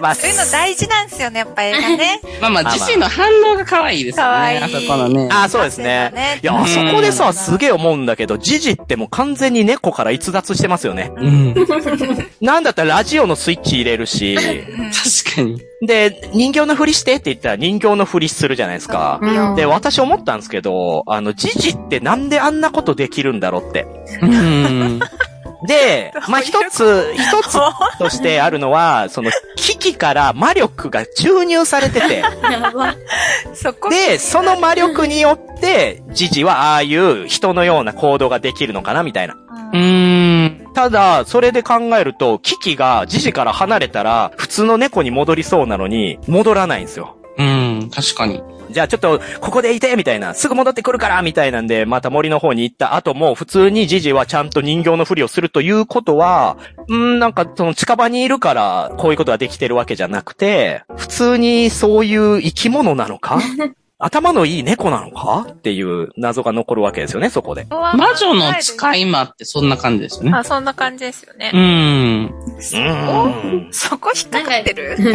まあ、の大事なんですよね、やっぱ映画ね。まあまあ、まあ自身の反応が可愛いですよね。可愛いあそこのね。 あ、そうですね。いや、うんあそこでさ、すげえ思うんだけど、ジジってもう完全に猫から逸脱してますよね。うん。確なんだったらラジオのスイッチ入れるし、うんかに。で、人形のふりしてって言ったら人形のふりするじゃないですか。うんで、私思ったんですけど、あの、ジジってなんであんなことできるんだろうって。うん。で、まあ、どういう一つ、一つとしてあるのは、その、機器から魔力が注入されてて、やばそこで、その魔力によって、ジジはああいう人のような行動ができるのかな、みたいな。ううんーん。ただ、それで考えると、キキがジジから離れたら、普通の猫に戻りそうなのに、戻らないんですよ。うん。確かに。じゃあちょっと、ここでいてみたいな、すぐ戻ってくるからみたいなんで、また森の方に行った後も、普通にジジはちゃんと人形のふりをするということは、うーんなんか、その近場にいるから、こういうことができてるわけじゃなくて、普通にそういう生き物なの か頭のいい猫なのかっていう謎が残るわけですよね、そこで。魔女の使い。い魔ってそんな感じですよね。あ、そんな感じですよねう。ん。うん。そこ引っかかってるそう、びっ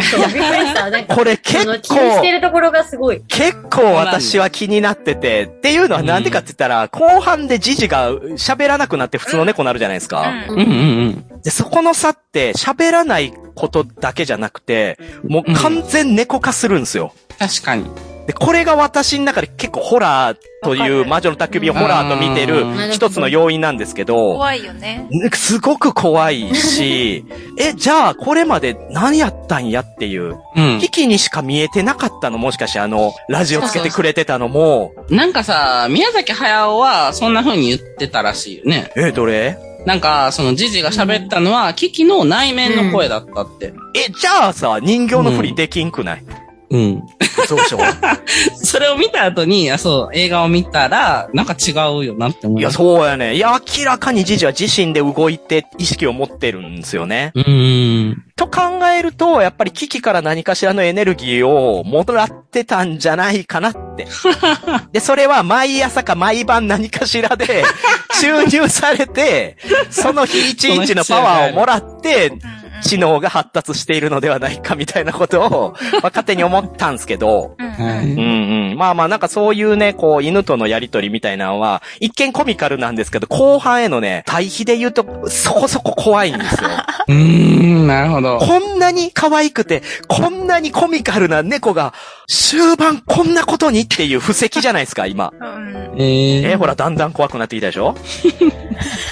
くりした。なんか、これあ結の、気にし構て、るところがすごい。結構私は気になってて、っていうのはなんでかって言ったら、後半でジジが喋らなくなって普通の猫になるじゃないですか。うんうんうん。で、そこの差って喋らないことだけじゃなくて、もう完全猫化するんですよ。確かに。で、これが私の中で結構ホラーとわかいうる魔女の宅急便をホラーと見てうるんなるほど一つの要因なんですけど、怖いよね。すごく怖い し、え、じゃあこれまで何やったんやっていう。うん。キキにしか見えてなかったのもしかしてあの、ラジオつけてくれてたのも、なんかさ、宮崎駿はそんな風に言ってたらしいよね。え、どれなんか、そのジジが喋ったのは、キキの内面の声だったって。え、じゃあさ、人形のふりできんくない、うん。当初は。 それを見た後に、あ、そう、映画を見たら、なんか違うよなって 思いいまや、す。そうやね。いや、明らかにジジは自身で動いて意識を持ってるんですよね。うーん。と考えると、やっぱり危機から何かしらのエネルギーをもらってたんじゃないかな って。で、それは毎朝か毎晩何かしら で注入されて、その日一日のパワーをも らって、知能が発達しているのではないかみたいなことを、まあ勝手に思ったんですけど、うんうんうんはうんい。うんうん。まあまあなんかそういうね、こう犬とのやりとりみたいなのは、一見コミカルなんですけど、後半へのね、対比で言うと、そこそこ怖いんですよ。うーん、なるほど。こんなに可愛くて、こんなにコミカルな猫が、終盤こんなことにっていう布石じゃないですか、今。うんえええーほら、だんだん怖くなってきたでしょ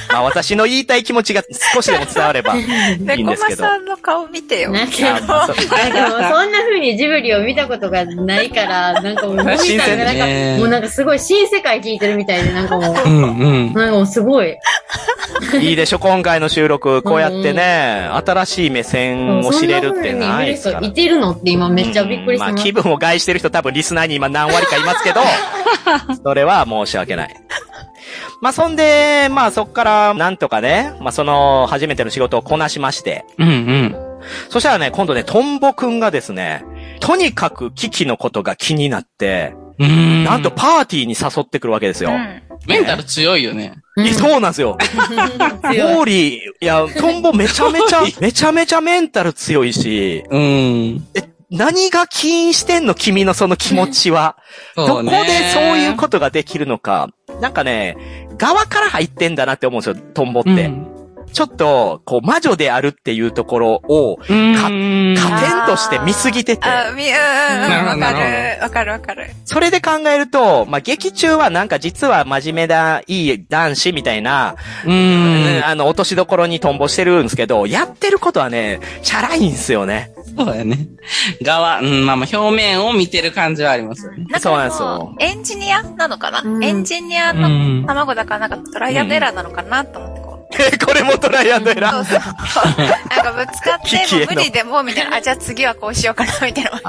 まあ私の言いたい気持ちが少しでも伝わればいいん猫です間けど。さんの顔見てよ。なんいやか、まあそなんかもうそんな風にジブリを見たことがないから、なんかもう、新鮮森さんがなんか、ねもうなんかすごい新世界聞いてるみたいで、なん かもうう、んうん。なんかもうすごい。いいでしょ、今回の収録。こうやってね、新しい目線を知れるってそんなな風に見いるですか人らい。てるのって今めっちゃびっくうんりしてままあ、す気分を害してる人多分リスナーに今何割かいます けど、それは申し訳ない。まあ、そんで、まあ、そっから、なんとかね、まあ、その、初めての仕事をこなしまして、うんうん。そしたらね、今度ね、トンボくんがですね、とにかくキキのことが気になって、うーん。なんと、パーティーに誘ってくるわけですよ。メンタル強いよね。うんいやそうなんですよ。モーリー、いや、トンボめちゃめち ゃ、めちゃめちゃメンタル強いし、うん。何が起因してんの君のその気持ちは。どそこうでね。そういうことができるのか。なんかね、側から入ってんだなって思うんですよ、トンボって。うんちょっと、こう、魔女であるっていうところを、うーん。加点として見すぎてて、あ、み、うんうん、なわるほどかなる。わかるわかる。それで考えると、まあ、劇中はなんか実は真面目だ、いい男子みたいな、うーん。あの、落としどころにトンボしてるんですけど、やってることはね、チャラいんですよね。 そうだよね。側、うん、まあまあ表面を見てる感じはありますよね。なんそうなんかですそよう、エンジニアなのかな、うんエンジニアうのん。卵だからなんかトライアンドエラーなのかなと思ってこう。これもトライアンドエラーそうそう。なんかぶつかっ危機て、へのもう無理でも、みたいな。あ、じゃあ次はこうしようかな、みたいな。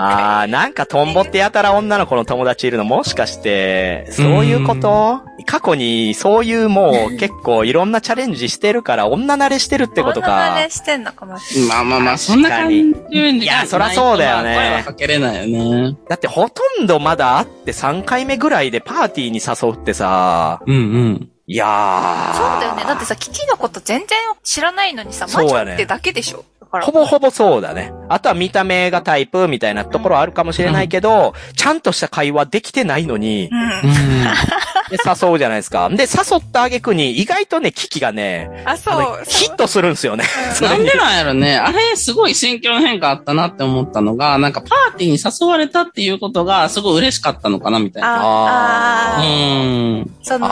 あー、なんかトンボってやたら女の子の友達いるのもしかして、そういうこと過去にそういうもう結構いろんなチャレンジしてるから女慣れしてるってこと女か慣。れしてんのかもしまあまあまあ、そんな感じで。いやそらそうだよね声はかけれないよね。だってほとんどまだ会って3回目ぐらいでパーティーに誘うってさ、うんうん。いやれー。ない。そうだよね。だってさ、キキのこと全然知らないのにさ、そうマジやねってだけでしょ。だからほ。ぼほぼそうだね。あとは見た目がタイプみたいなところはあるかもしれないけど、ちゃんとした会話できてないのに、うん。うで誘うじゃないですか。で、誘った挙句に意外とね、キキがね、あ、あそのう。ヒットするんですよね。 ん。なんでなんやろね。あれ、すごい心境の変化あったなって思ったのが、なんかパーティーに誘われたっていうことが、すごい嬉しかったのかな、みたいな。うああーん。そあの、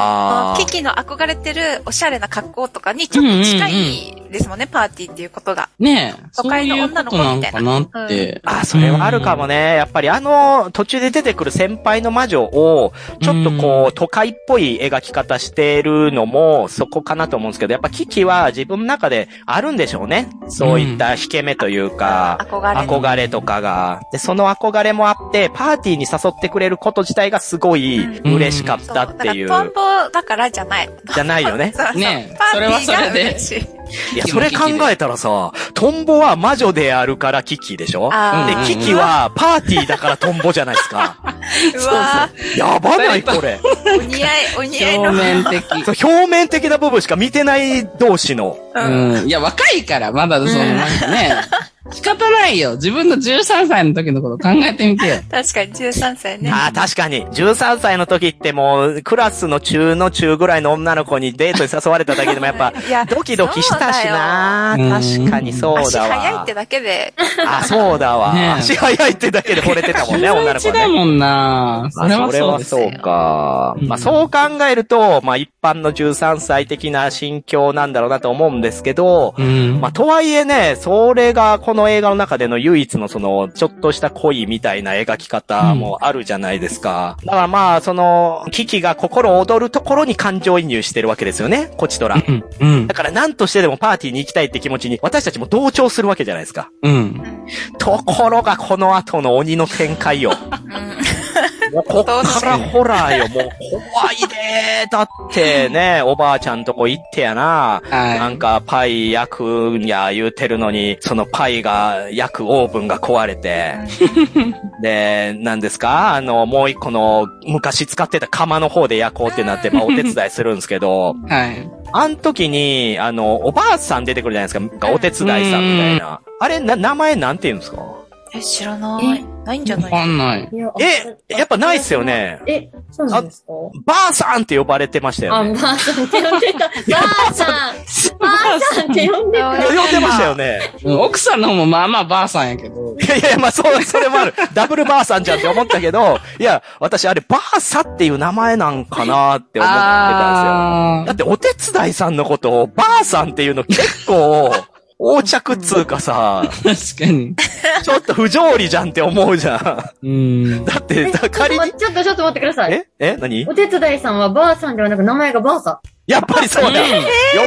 ーキキの憧れてるおしゃれな格好とかにちょっと近いですもんね、パーティーっていうことが。ねえ。都会の女の子そういうみたこいとななんかなって。あ、それはあるかもね。やっぱりあの、途中で出てくる先輩の魔女を、ちょっとこう、都会っぽい描き方してるのも、そこかなと思うんですけど、やっぱキキは自分の中であるんでしょうね。そういった引け目というか、憧れの。憧れとかが。で、その憧れもあって、パーティーに誘ってくれること自体がすごいうん嬉しかっそうたっていう。だからトンボだからじゃない。じゃないよね。そうそうねえパーティーがそれはそれで嬉しいいや、それ考えたらさ、トンボは魔女であるからキキでしょあでー、キキはパーティーだからトンボじゃないです か。うわやばないこれ。ーお似合い、お似合い表の。面的。そう表面的な部分しか見てない同士の。うん。いや、若いから、まだその、うんなんかね。仕方ないよ。自分の13歳の時のこと考えてみて よ。確かに13歳ね。ああ、確かに。13歳の時ってもう、クラスの中の中ぐらいの女の子にデートに誘われただけでもやっぱ、 いやドキドキしたしなそうだよ確かにそう足だわ。早いってだけで、あ、そうだわ。ねえ足早いってだけで惚れてたもん ね、女の子11だね。もんなそれまあはそれそうはですそうよ。か。うんまあそう考えると、まあ一般の13歳的な心境なんだろうなと思うんですけど、うん。まあとはいえね、それがこの映画の中での唯一のその、ちょっとした恋みたいな描き方もあるじゃないですか。だからまあ、その、キキが心躍るところに感情移入してるわけですよね、こちとら。うん、うんだ、から何としてでもパーティーに行きたいって気持ちに私たちも同調するわけじゃないですか。うん。ところがこの後の鬼の展開よ。もうこっからホラーよ。もう怖いでー。だってね、おばあちゃんとこ行ってやな。なはんかパイ焼くんや言うてるのに、そのパイが焼くオーブンが壊れて。で、何ですかあの、もう一個の昔使ってた釜の方で焼こうってなって、まあお手伝いするんですけど、い。はい。あん時に、あの、おばあさん出てくるじゃないですか。お手伝いさんみたいな。あれ、な、名前なんて言うんですかえ、知らない。ないんじゃわないかんない。いやえ、やっぱないっすよ。ね。え、そうなんですかばあさんって呼ばれてましたあ、よばね。あさんって呼んでた。ばあさんばあさんって呼んでた。呼んでましたよね。うん奥さんの方もまあまあばあさんやけど。いやいや、まあ、そう、それもある。ダブルばあさんじゃんって思ったけど、いや、私あれ、ばあさっていう名前なんかなって思ってたんですよ。だって、お手伝いさんのことを、ばあさんっていうの結構、横着っつうかさ、あー確かに。ちょっと不条理じゃんって思うじゃん。 だうん。って、だちょっと仮に待っ、てちょっと、ちょっと待ってください。ええ何お手伝いさんはばあさんではなく名前がばあさやっぱりそうだ、うんよ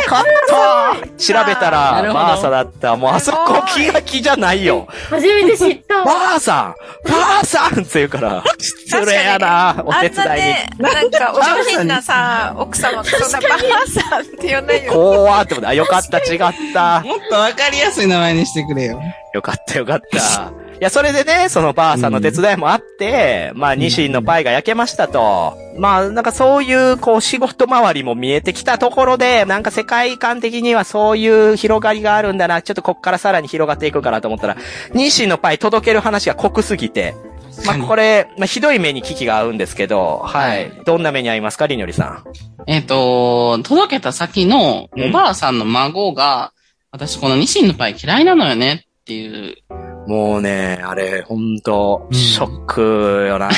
かった調べたなるら、ほどばあさんだった。もうあそこ気が気じゃないよ。ん。初めて知った。ばあさんばあさんって言うから、失礼やな、おあ手んな伝いに。ね、なんか、お上品なさ、奥様がそんなばあさんって呼んないよ。こうあってことあ、よかった、違った。もっとわかりやすい名前にしてくれよ。よかった、よかった。 いや、それでね、そのばあさんの手伝いもあって、まあ、ニシンのパイが焼けましたと。まあ、なんかそういう、こう、仕事周りも見えてきたところで、なんか世界観的にはそういう広がりがあるんだな、ちょっとこっからさらに広がっていくかなと思ったら、ニシンのパイ届ける話が濃くすぎて、まあ、これ、まあ、ひどい目に危機が合うんですけど、はい。どんな目に合いますか、りにょりさん。えっ、と、届けた先のおばあさんの孫が、私このニシンのパイ嫌いなのよねっていう、もうね、あれ、ほんと、うんショックよな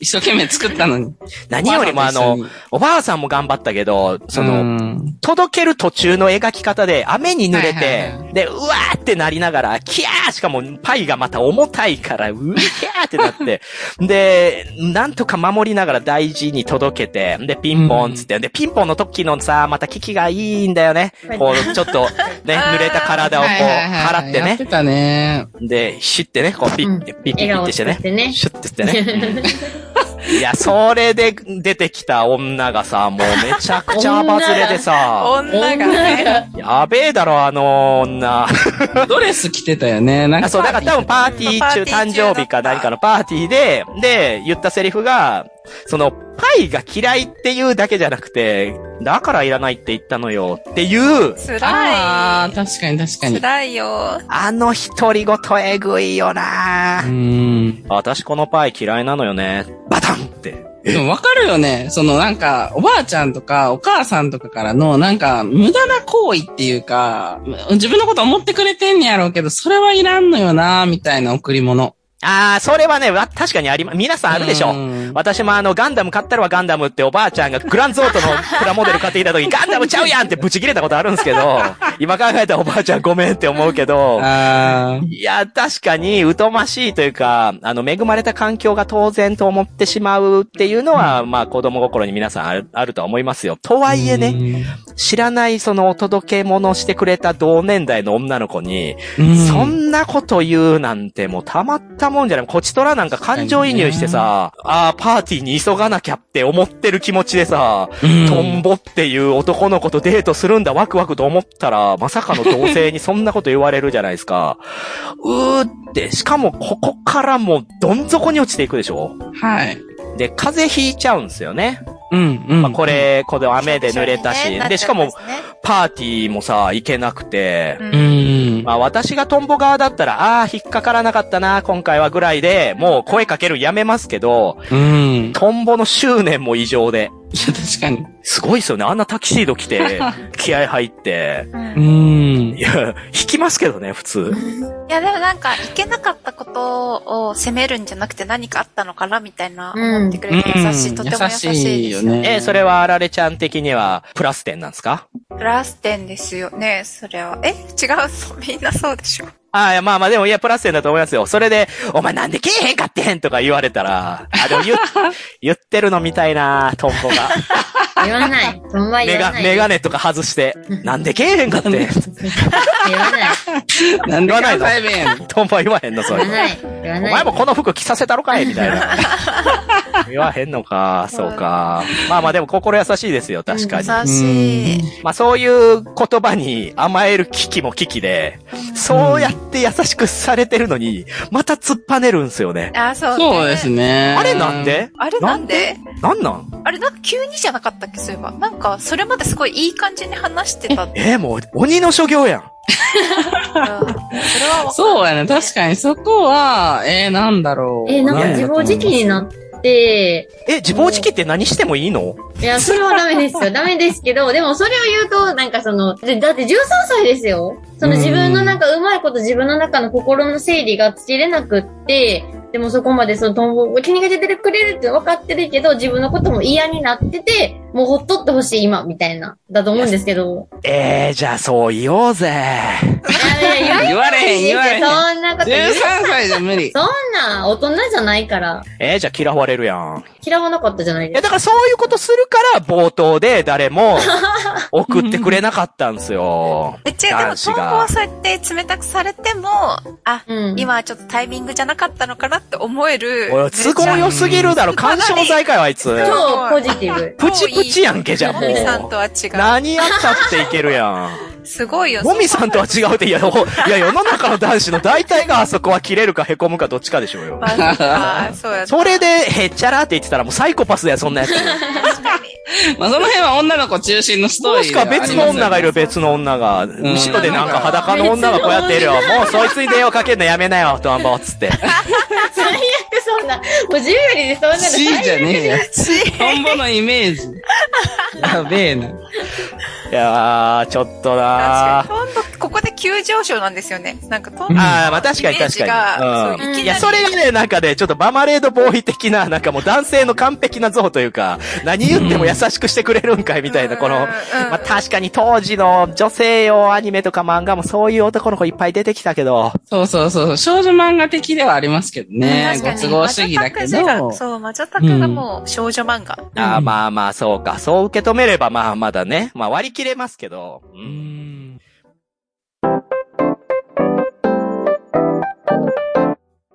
一生懸命作ったのに。 何よりもあの、おばあさんも頑張ったけど、その、うん届ける途中の描き方で雨に濡れはいてはいは、で、うわーってなりながら、キャーしかもパイがまた重たいから、うわーってな って、で、なんとか守りながら大事に届けて、で、ピンポンっつって、で、ピンポンの時のさ、また機器がいいんだよね。こう、ちょっと、 ね、濡れた体をこう、はいはいはい払ってやってね。たね。で、シュってね、こう、ピうんッ、ピッピッピッ笑っ顔てしてねし。てね。シュッてしてね。 いや、それで出てきた女がさ、もうめちゃくちゃバズれでさ、女が 女ね。が。やべえだろ、あの女。ドレス着てたよね。なんあか、そう、だから多分パーティー中、パーティー誕中だ生日か何かのパーティーで、で、言ったセリフが、その、パイが嫌いっていうだけじゃなくて、だからいらないって言ったのよっていう、辛ああ、確かに確かい。に。辛いよ。あの独り言えぐいよなうん。私このパイ嫌いなのよね。バタンって。でもわかるよね。そのなんか、おばあちゃんとかお母さんとかからのなんか、無駄な行為っていうか、自分のこと思ってくれてんねやろうけど、それはいらんのよな、みたいな贈り物。あー、それはね、わ確かにありま、皆さんあるでしょ。うん私もあの、ガンダム買ったらはガンダムっておばあちゃんがグランゾートの プラモデル買ってきた時、ガンダムちゃうやんってブチ切れたことあるんですけど、今考えたらおばあちゃんごめんって思うけ ど、あいや、確かに、疎ましいというか、あの、恵まれた環境が当然と思ってしまうっていうのは、まあ、子供心に皆さんある、あるとは思いますよ。とあ。はいえね、ね、知らないそのお届け物をしてくれた同年代の女の子に、そんなこと言うなんてもうたまったもんじゃない。こちとらなんか感情移入してさ、ああ、パーティーに急がなきゃって思ってる気持ちでさ、うんトンボっていう男の子とデートするんだ、ワクワクと思ったら、まさかの同性にそんなこと言われるじゃないですか。 うーって、しかもここからもうどん底に落ちていくでしょはい。で、風邪ひいちゃうんですよね。うん、うん。まあ、これ、この雨で濡れたねしなっ。ちゃいますねで、しかも、パーティーもさ、行けなくて。ううんん。まあ私がトンボ側だったら、ああー、引っかからなかったな、今回はぐらいで、もう声かけるやめますけど、うん。いや、トンボの執念も異常で。確かに。すごいですよね。あんなタキシード着て、気合入って。うんうんい。や、引きますけどね、普通。いや、でもなんか、いけなかったことを責めるんじゃなくて何かあったのかなみたいな、うん思ってくれて優しい、とても優しいですよね。えー、それはあられちゃん的には、プラス点なんですか プラス点ですよね、それは。え違うそうみんなそうでしょ。ああ、いやまあまあ、でも、いや、プラス点だと思いますよ。それで、お前なんでけえへんかってんとか言われたら、あ、でも言っ、言ってるのみたいな、トンボが。言わない。そんはメ言わガ、ない。メガネとか外 して、なんでけえへんかってん。言わない。なんで言わない関の西弁やねんトンボは言わへんの、そう言いわうの。ない。言わおない。前もこの服着させたろかいみたいな。 言わへんのか、そうか。まあまあでも心優しいですよ、確かに。優しい。まあそういう言葉に甘える危機も危機で、そうやって優しくされてるのに、また突っぱねるんすよね。あ、そう、そうです。ね。あれなんであれなんでなんなんあれなんか急にじゃなかったっけそういえば。なんか、それまですごいいい感じに話して た。うんそえーもう鬼の所業やん。れはそうやね。確かにそこは、えー、なんだろう。え、なんいかや自暴自棄になって、え、自暴自棄って何してもいいのいや、それはダメですよ。ダメですけど、でもそれを言うと、なんかその、でだって13歳ですよ。その自分のなんかうまいこと自分の中の心の整理がつけれなくって、でもそこまでそのトンボ、君が出てくれるって分かってるけど、自分のことも嫌になってて、もうほっとってほしい今、みたいな、だと思うんですけど。えー、じゃあそう言おうぜ。いやいや言われへん、言われへん。13そんなこと言う歳じゃ無理。そんな大人じゃないから、えー、じゃあ嫌われるやん。嫌わなかったじゃないえ、だですか。からそういうことするから、冒頭で誰 も送ってくれなかったんすよ。え、違う、でも、男子統合がはそうやって冷たくされても、あ、うん今はちょっとタイミングじゃなかったのかなって思える。おい、都合良すぎるだろ。干渉罪かよ、あ いつ。そう超ポジティブ。プチプチやんけ、じゃあももみさんとう。は違う。何やったっていけるやすごいよ。ん。もみさんとは違うって、いや、おいや、世の中の男子の大体があそこは切れるか凹むかどっちかでしょうよ。まあ、そうやったそれで、へっちゃらって言ってたらもうサイコパスだよ、そんなやつ。確かに。まあ、その辺は女の子中心のストーもリしーくは別の女がいる。る、別の女が。後ろでなんか裸の女がこうやっているよ。別の女もうそいつに電話かけるのやめなよ、トアンボ、つって。最悪そんな、もう自由よりでそんなの C じゃねえや。トンボのイメージ。やべえな。いやー、ちょっとなー。確かに。今度、ここで急上昇なんですよね。なんか、とんああ、まあ確かにイメー確ジがかそうに。いんうきなりいや、それがね、なんかね、ちょっとバマレードボーイ的な、なんかもう男性の完璧な像というか、何言っても優しくしてくれるんかいみたいな、うんこの、うんまあ確かに当時の女性用アニメとか漫画もそういう男の子いっぱい出てきたけど、そうそうそう。少女漫画的ではありますけどね。確ごかに都合主義だけ魔女ど宅。そう、魔女宅がもう少女漫画。ああ、まあまあ、そうか。そう受け止めれば、まあまだね。まあ割り切れますけど。うーん。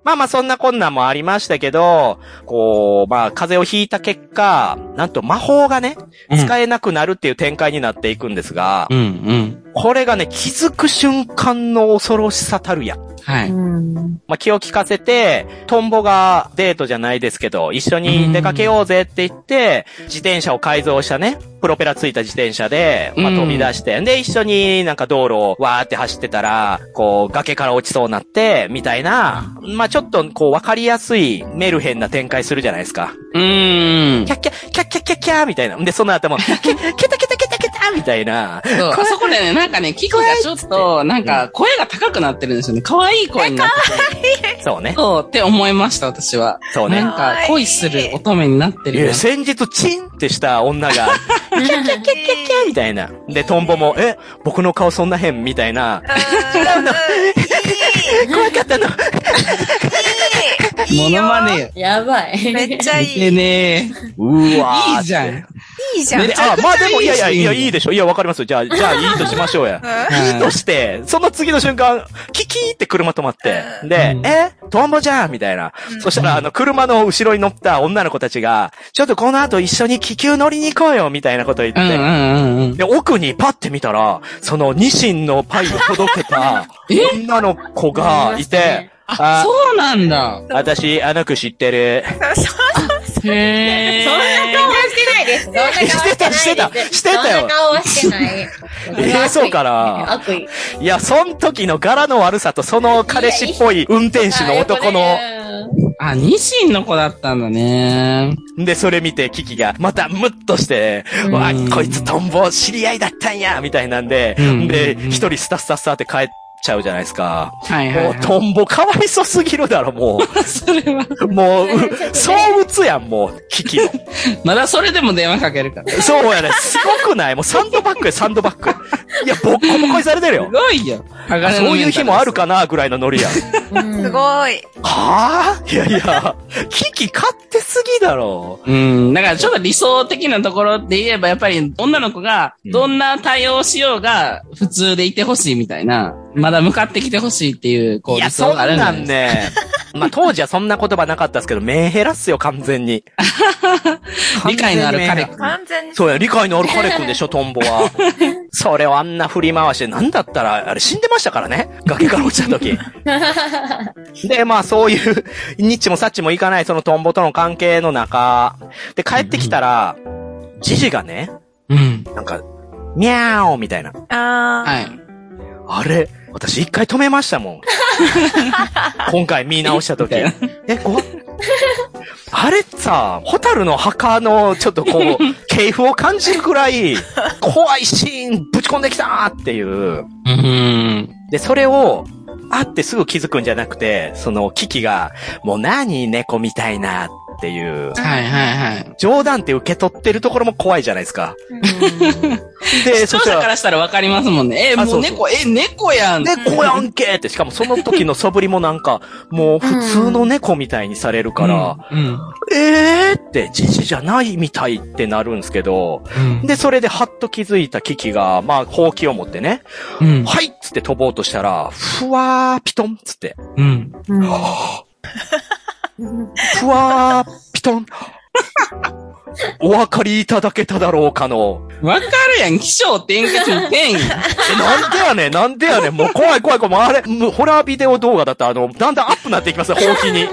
まあまあ、そんな困難もありましたけど、こう、まあ、風邪をひいた結果、なんと魔法がね、使えなくなるっていう展開になっていくんですが、うんうん。これがね、気づく瞬間の恐ろしさたるや。はうい。ん。まあ、気を利かせて、トンボがデートじゃないですけど、一緒に出かけようぜって言って、自転車を改造したね、プロペラついた自転車で、まあ、うん飛び出して、で、一緒になんか道路をわーって走ってたら、こう、崖から落ちそうになって、みたいな、まあ、ちょっとこう、わかりやすいメルヘンな展開するじゃないですか。うーんキ。ャッキャ、キャッキャッキャッキャーみたいな。で、その後も、キャキャタキャタキャタキャタみたいな。そうあそこでね、なんかね、キキがちょっと、なんか、声が高くなってるんですよね。可愛い声になってそうねる。。そうって思いました、私は。そうねなんか、恋する乙女になっているよや、。先日、チンってした 女が、キャッキャッキャみたいな。で、トンボも、え、僕の顔そんな変みたい な。うん怖かったの。いいいモいいいよノマネよ。やばい。めっちゃい似てい。ねうわえ。ーいいじゃん。いいじゃん。でうあ、まあでも、いやいや、いいいシーや、ンいいでしょ。いや、わかりますよ。じゃあ、じゃあ、いいとしましょうや。んはいいいとして、その次の瞬間、キキーって車止まって、で、うんえトンボじゃんみたいな。そしたら、あの、車の後ろに乗った女の子たちが、ちょっとこの後一緒に気球乗りに行こうよみたいなこと言って、うんうんうんうん。で、奥にパッて見たら、そのニシンのパイを届けた女の子がいて、あ、あそうなんだ。私、あの子知ってる。へー。そんな顔はしてな いです。そんな顔はしてしないです。てたしてたしてたよそんな顔はしてない。えーそうかな悪意。いや、そん時の柄の悪さと、その彼氏っぽい運転手の男の、あ、ニシンの子だったんだね。で、それ見て、キキが、また、ムッとして、わ、こいつトンボ知り合いだったんやみたいなんでうん、で、うん一人スタスタスタって帰っちゃうじゃないですか。はいはい、もう、はトンボかわいそすぎるだろ、もい。それは。う。もう、う、そう打つやん、もう、危機の。まだそれでも電話かけるから。そうやね。すごくないもうサンドバッグや、サンドバッグ。いや、ボッコボコにされてるすよ。ごいよ。あそういう日もあるか。かな、ぐらいのノリや。 すい。ごい。はぁいやいや、キキ勝手すぎだろ。うん。だからちょっと理想的なところで言えば、やっぱり女の子がうんどんな対応しようが普通でいてほしいみたいな、まだ向かってきてほしいっていう、こういや、理そ想んがあるんなだよん。ね。 まあ、当時はそんな言葉なかったですけど、メンヘラっすよ、完全 に。理解のある完全にメンヘ彼ラ。完全に。そうや、理解のある彼くんでしょ、トンボは。それをあんな振り回して、なんだったら、あれ死んでましたからね。崖から落ちた時。で、まあそういう、ニッチもサッチもいかないそのトンボとの関係の中、で帰ってきたら、ジジがね、うん。なんか、ミャーオみたいな。あー。はい。あれ私一回止めました もん。今回見直した時。ええ、こあれさ、ホタルの墓の、ちょっと こう、系譜を感じるくらい、怖いシーンぶち込んできたーっていう。うん。で、それを、あってすぐ気づくんじゃなくて、その、キキが、もう何猫みたいなっていう、はいはいはい。冗談って受け取ってるところも怖いじゃないですか。で、視そ聴した、者かららしたらわかりますもんね。え、あもそううそう猫、え、猫やん。猫やんけって、しかもその時の素振りもなんか、もう普通の猫みたいにされるから、うん。えーって、じじじゃないみたいってなるんですけど、うん。で、それではっと気づいたキキが、まあ、ほうきを持ってね、うん。はいっつって飛ぼうとしたら、ふわーピトンっつって、うん。ふわーピトン。お分かりいただけただろうかの。わかるやん。気象転結の 転え、移。なんでやねん、なんでやねん。もう怖い怖い怖い。もうあれ、もうホラービデオ動画だったら、あの、だんだんアップなっていきますよ、ほうきに。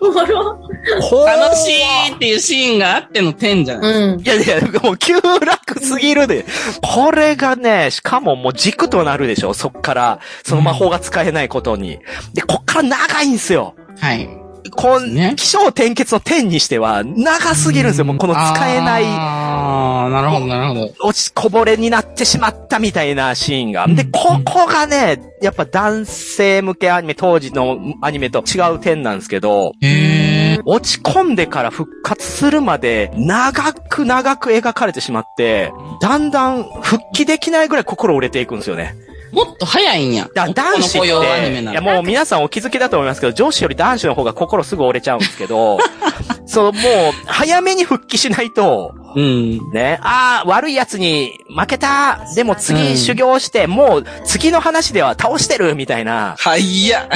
おもろ。ほー楽しいっていうシーンがあっての点じゃうない。んい。やいや、もう急落すぎるで。これがね、しかももう軸となるでしょ、そっから。その魔法が使えないことに。で、こっから長いんですよ。はい。こう、ね気象転結の点にしては、長すぎるんですよ、もうこの使えない。ああ、なるほど、なるほど。落ちこぼれになってしまったみたいなシーンが。うんで、ここがね、やっぱ男性向けアニメ、当時のアニメと違う点なんですけど、へえ。落ち込んでから復活するまで、長く長く描かれてしまって、だんだん復帰できないぐらい心折れていくんですよね。もっと早いんや。だ男子って、男の子い用アニメなやの。もう皆さんお気づきだと思いますけど、女子より男子の方が心すぐ折れちゃうんですけ ど、そう、もう、早めに復帰しないと、うん。ね。ああ、悪い奴に負けた。でもう次ん、修行して、もう次の話では倒してるみたいなはいや。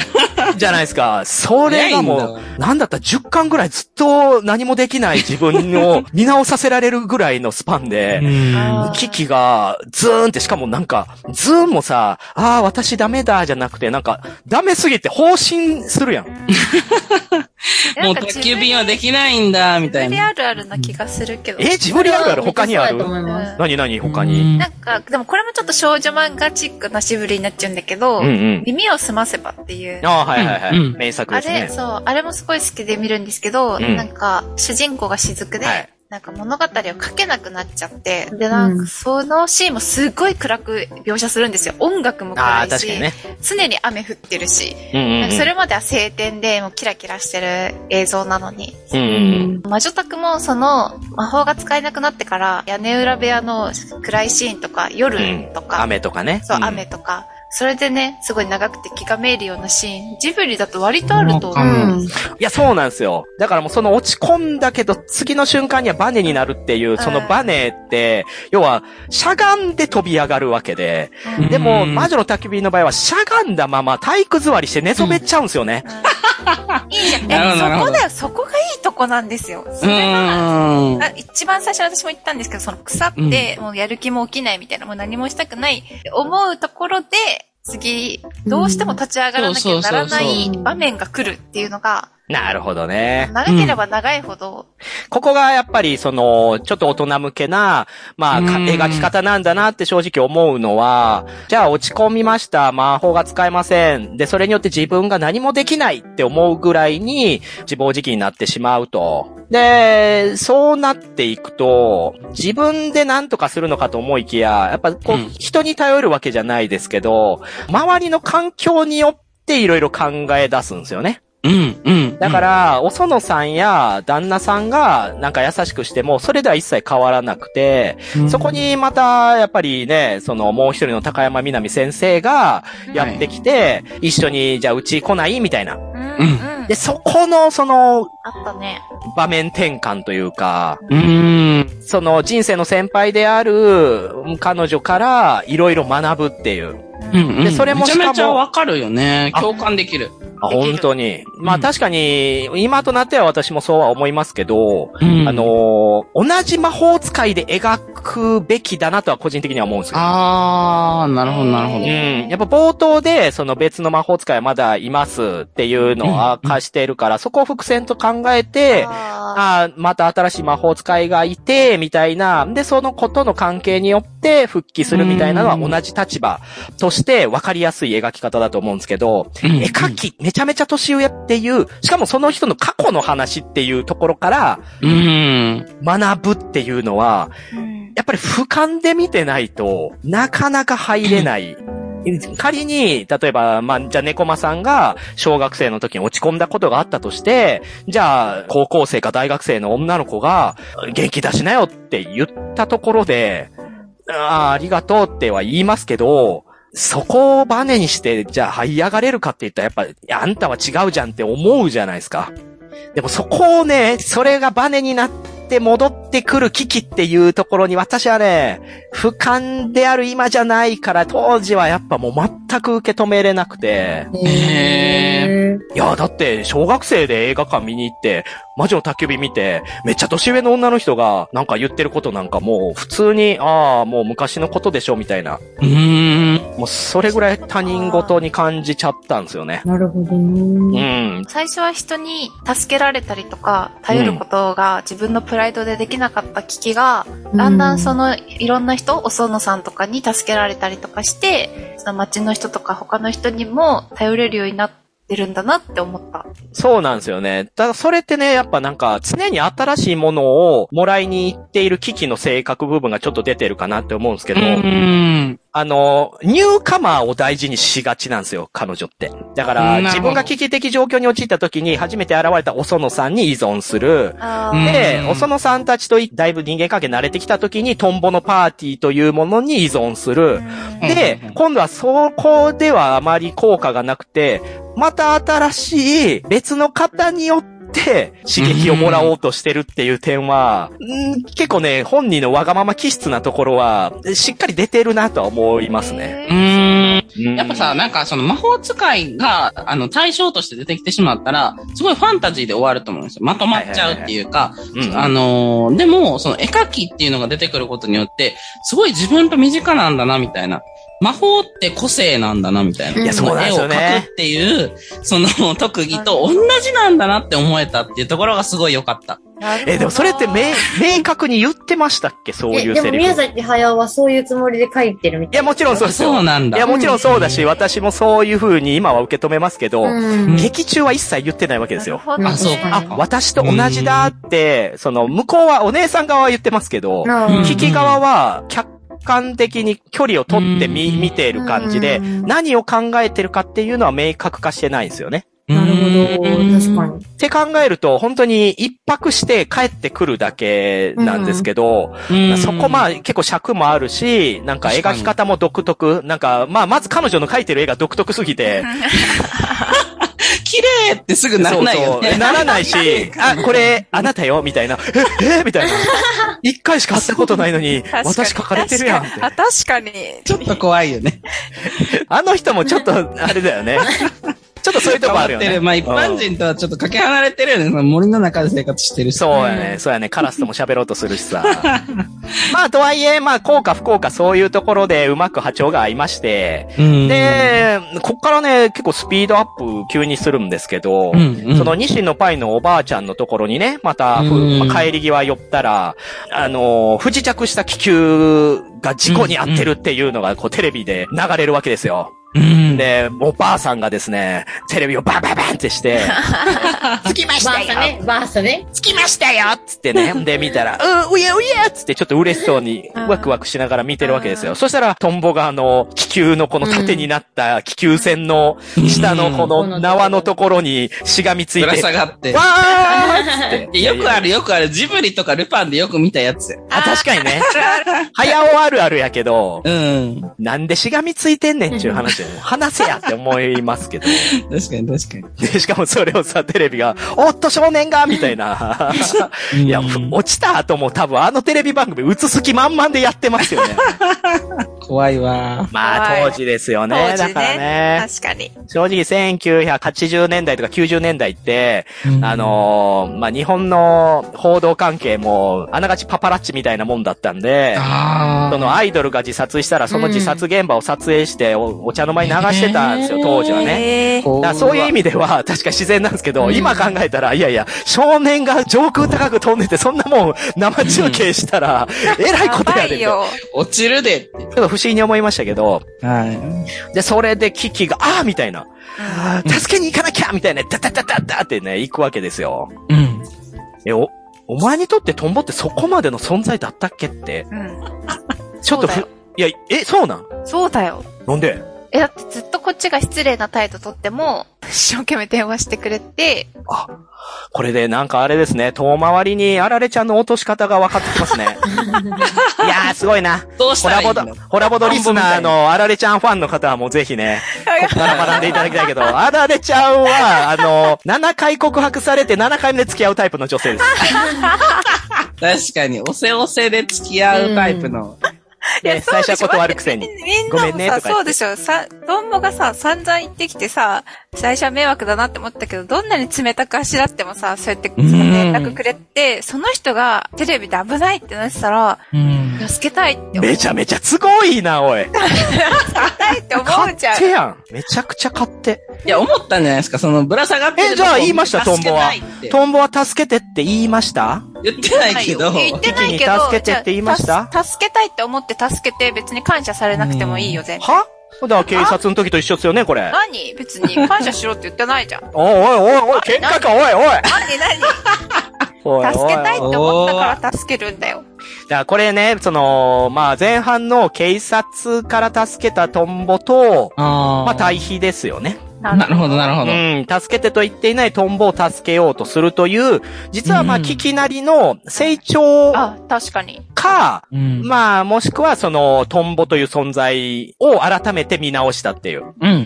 じゃないですか。それが早いんだもわう、なんだったら10巻ぐらいずっと何もできない自分を見直させられるぐらいのスパンで、あキキが、ズーンって、しかもなんか、ズーンもさ、ああ、私ダメだ、じゃなくて、なんか、ダメすぎて放心するやん。もう宅急便はできないんだ、みたいリな。あるあるな気がするけど。え、ジブリあるある他にあそうるだと思いますうん何何他に。なんか、でもこれもちょっと少女漫画チックなしぶりになっちゃうんだけど、うんうん。耳をすませばっていう。ああ、はいはいはい。うん名作あですね。れ、そう、あれもすごい好きで見るんですけど、うんなんか、主人公が雫で、はいなんか物語を書けなくなっちゃって、で、なんうんか、そのシーンもすごい暗く描写するんですよ。音楽もあ暗あ、いし、確かにね。常に雨降ってるし、うんうんなうんんかそれまでは晴天で、もうキラキラしてる映像なのに、うんうんうん。魔女宅もその魔法が使えなくなってから屋根裏部屋の暗いシーンとか夜とか、雨とかね。そう、ん雨。とか、それでね、すごい長くて気がめいるようなシーン、ジブリだと割とあると思うう。んうんいや、そうなんですよ。だからもうその落ち込んだけど、次の瞬間にはバネになるっていう、そのバネって、要は、しゃがんで飛び上がるわけで。うんでも、うん魔女の焚き火の場合は、しゃがんだまま体育座りして寝そべっちゃうんですよね。いいじゃん。なるえほどなるほそこどだよ、そこがいいとこなんですよ。それが、うん。あ一番最初に私も言ったんですけど、その腐って、もうやる気も起きないみたいな、もう何もしたくない、思うところで、次、どうしても立ち上がらなきゃならなそうそうそいうそう場面が来るっていうのが、なるほどね。長ければ長いほど、ここがやっぱり、その、ちょっと大人向けな、まあ、かうん描き方なんだなって正直思うのは、じゃあ落ち込みました、魔法が使えません。で、それによって自分が何もできないって思うぐらいに、自暴自棄になってしまうと。で、そうなっていくと、自分で何とかするのかと思いきや、やっぱこう、うん人に頼るわけじゃないですけど、周りの環境によっていろいろ考え出すんですよね。うん、うん。だから、おそのさんや旦那さんがなんか優しくしても、それでは一切変わらなくて、うん、そこにまた、やっぱりね、そのもう一人の高山みなみ先生がやってきて、一緒に、じゃあうち来ないみたいな。うん、うんで、。そこの、その、あったね。場面転換というか、うん。その人生の先輩である彼女からいろいろ学ぶっていう。う、うんんうん。でそれもめちゃめちしかゃもわかるよね。あ共感できる。あできる本当に。まうあん確かに、今となっては私もそうは思いますけど、うんあ、のー同じ魔法使いで描くべきだなとは個人的には思うんですよ。あー、なるほど、なるほうど。ん。やっぱ冒頭で、その別の魔法使いはまだいますっていうのを明かしているから、そこを伏線と考えて、あああ、また新しい魔法使いがいて、みたいな。で、そのことの関係によって復帰するみたいなのはうん同じ立場として分かりやすい描き方だと思うんですけど、うん絵描き、めちゃめちゃ年上っていう、しかもその人の過去の話っていうところからうん。学ぶっていうのは、ーうんやっぱり俯瞰で見てないと、なかなか入れない。仮に、例えば、まあ、じゃあ、猫間さんが、小学生の時に落ち込んだことがあったとして、じゃあ、高校生か大学生の女の子が、元気出しなよって言ったところで、ああ、ありがとうっては言いますけど、そこをバネにして、じゃあ、這い上がれるかって言ったら、やっぱいや、あんたは違うじゃんって思うじゃないですか。でもそこをね、それがバネになって戻ってくる危機っていうところに私はね、俯瞰である今じゃないから、当時はやっぱもう全く受け止めれなくて。へいや、だって、小学生で映画館見に行って、魔女の宅急便見て、めっちゃ年上の女の人が、なんか言ってることなんかもう、普通に、ああ、もう昔のことでしょ、みたいな。うん。もう、それぐらい他人事に感じちゃったんですよね。なるほどうね。ん。最初は人に助けられたりとか、頼ることが自分のプライドでできなかった危機が、だんだんその、のいろんな人、おそのさんとかに助けられたりとかして、その町の人とか他の人にも頼れるようになってるんだなって思った。そうなんですよね。ただそれってね、やっぱなんか常に新しいものをもらいに行っている危機の性格部分がちょっと出てるかなって思うんですけど、うん。あの、ニューカマーを大事にしがちなんですよ、彼女って。だからなるほど自分が危機的状況に陥った時に初めて現れたおそのさんに依存する。あーうんで、おそのさんたちとだいぶ人間関係慣れてきた時にトンボのパーティーというものに依存する。でうん、今度はそこではあまり効果がなくて、また新しい別の方によって刺激をもらおうとしてるっていう点は、うん結構ね、本人のわがまま気質なところは、しっかり出てるなとは思いますね。うん。ややっぱ、さ、なんかその魔法使いが、あの、対象として出てきてしまったら、すごいファンタジーで終わると思うんですよ。まとまっちゃうっていうか、うん、あのーでも、その絵描きっていうのが出てくることによって、すごい自分と身近なんだな、みたいな。魔法って個性なんだな、みたいな。いやそうなんですよね絵を描くっていう、その 特技と同じなんだなって思えたっていうところがすごい良かった。え、でもそれって明、明確に言ってましたっけそうえ、いうでセもリ宮フ。い崎駿はそういうつもりで書いてるみたいや、もちろんそうですよ。そうなんだいや、。もちろんそうだし、私もそういう風に今は受け止めますけど、な。うん劇中は一切言ってないわけですよ。なるほどねあそうかあ、私と同じだって、その、向こうは、お姉さん側は言ってますけど、なうん聞き側は、客観的に距離を取ってみ、うん見ている感じで、うん何を考えてるかっていうのは明確化してないんですよね。なるほど。確かに。に。って考えると、本当に一泊して帰ってくるだけなんですけど、うんそこまあ結構尺もあるし、なんか描き方も独特、なんか、まあまず彼女の描いてる絵が独特すぎて、綺麗ってすぐならないよそうそね。うならないし、あ、これ、あなたよ、みたいな。え、えみ たいな。一回しか会ったことないのに、私書かれてるやんって。あ、確かに。 ちょっと怖いよね。あの人もちょっと、あれだよ ね。ちょっとそういうとこあるよ変わっね。てまあ一般人とはちょっとかけ離れてるよね。その森の中で生活してるし。そうやね、そうやね、カラスとも喋ろうとするしさ。 まあ、とはいえ、まあ、効果不効果、そういうところでうまく波長が合いまして、うん、で、こっからね、結構スピードアップ急にするんですけど、うんうんその西のパイのおばあちゃんのところにね、また、ふうんまあ帰り際寄ったら、あのー不時着した気球が事故に遭ってるっていうのが、こう、テレビで流れるわけですよ。うん。で、おばあさんがですね、テレビをバンバンバンって して、着きましバたーサよね、バーサね。着きましたよっつってね、で見 たら、うん、うやうやっつってちょっと嬉しそうに、ワクワクしながら見てるわけですうよ。んそしたら、トンボがあの、気球のこの縦になった気球船の下のこうのん縄のところにしがみついぶらて、下がってわ。ーっつっいて。やよくあるよくある。ジブリとかルパンでよく見たやつ。あ、確かに ね。早尾あるあるやけど、うん。なんでしがみついてんねんっていう話で、話せやって思いますけど。確かに確かに。で、しかもそれをさ、テレビが、おっと少年がみたいな。 いや、うん落ちた後も多分あのテレビ番組映す気満々でやってます よね。怖いわ。まあは当い時ですよね。当時ねだからね。確かに。正直1980年代とか90年代って、あ、のーまあ日本の報道関係も、あながちパパラッチみたいなもんだったんで、あそのアイドルが自殺したらその自殺現場を撮影しておお茶の間に流してたんですよ、へー当時はね。えーーだからそういう意味では、確か自然なんですけど、今考えたら、いやいや、少年が上空高く飛んでて、そんなもん生中継した ら、えらいことやでみたやばいいな。よ。落ちるでっちょっと不思議に思いましたけど、て。はで、それでキキが、ああみたいな、助けに行かなきゃみたいな、ダダダダダってね、行くわけですよ。い。うん。え、お、お前にとってトンボってそこまでの存在だったっけって、うん。ちょっとそうだふよ、いや、え、そうなんそうだよ。なんでえ、だってずっとこっちが失礼な態度とっても、一生懸命電話してく れて、これでなんかあれですね、遠回りにあられちゃんの落とし方が分かってき ますね。いやー、すごいな。どうしホたらラいいボのド、ホラボドリスナーのあられちゃんファンの方はもうぜひね、ここから学んでいただきたいけど、 あられちゃんは、あの、7回告白されて7回目で付き合うタイプの女性 です。確かに、おせおせで付き合うタイプの。ね、最初は断るくせに。みんごなめんもねさ、とか言ってそうでしょ。さ、どんぼがさ、散々言ってきてさ、最初は迷惑だなって思ったけど、どんなに冷たくあしらってもさ、そうやってん連絡くれて、その人がテレビで危ないってなってたら、うん。助けたいって思う、めちゃめちゃ都合いいな、おい。って思勝うじゃん。手やん。めちゃくちゃ勝手。いや、思ったんじゃないですか、そのぶら下がってるえじゃあ言いましたとこを見てトンボは助けないってトンボは助けてって言いました言ってないけど。言ってないけ一気にど。助けてって言いましたじゃあ助けたいって思って助けて、別に感謝されなくてもいいよ、全然。はだから警察の時と一緒ですよね、これ。何別に感謝しろって言ってないじゃん。 おいおいおいおい、喧嘩か、おいおい何何おいおい助けたいって思ったから助けるんだよ。だからこれね、その、まあ前半の警察から助けたトンボと、あまあ対比ですよね。ななるほど、なるほうど。ん、助けてと言っていないトンボを助けようとするという、実はまあうん聞きなりの成長あ、確かに。か、うん。まあもしくはそのトンボという存在を改めて見直したっていう。うん、うん、う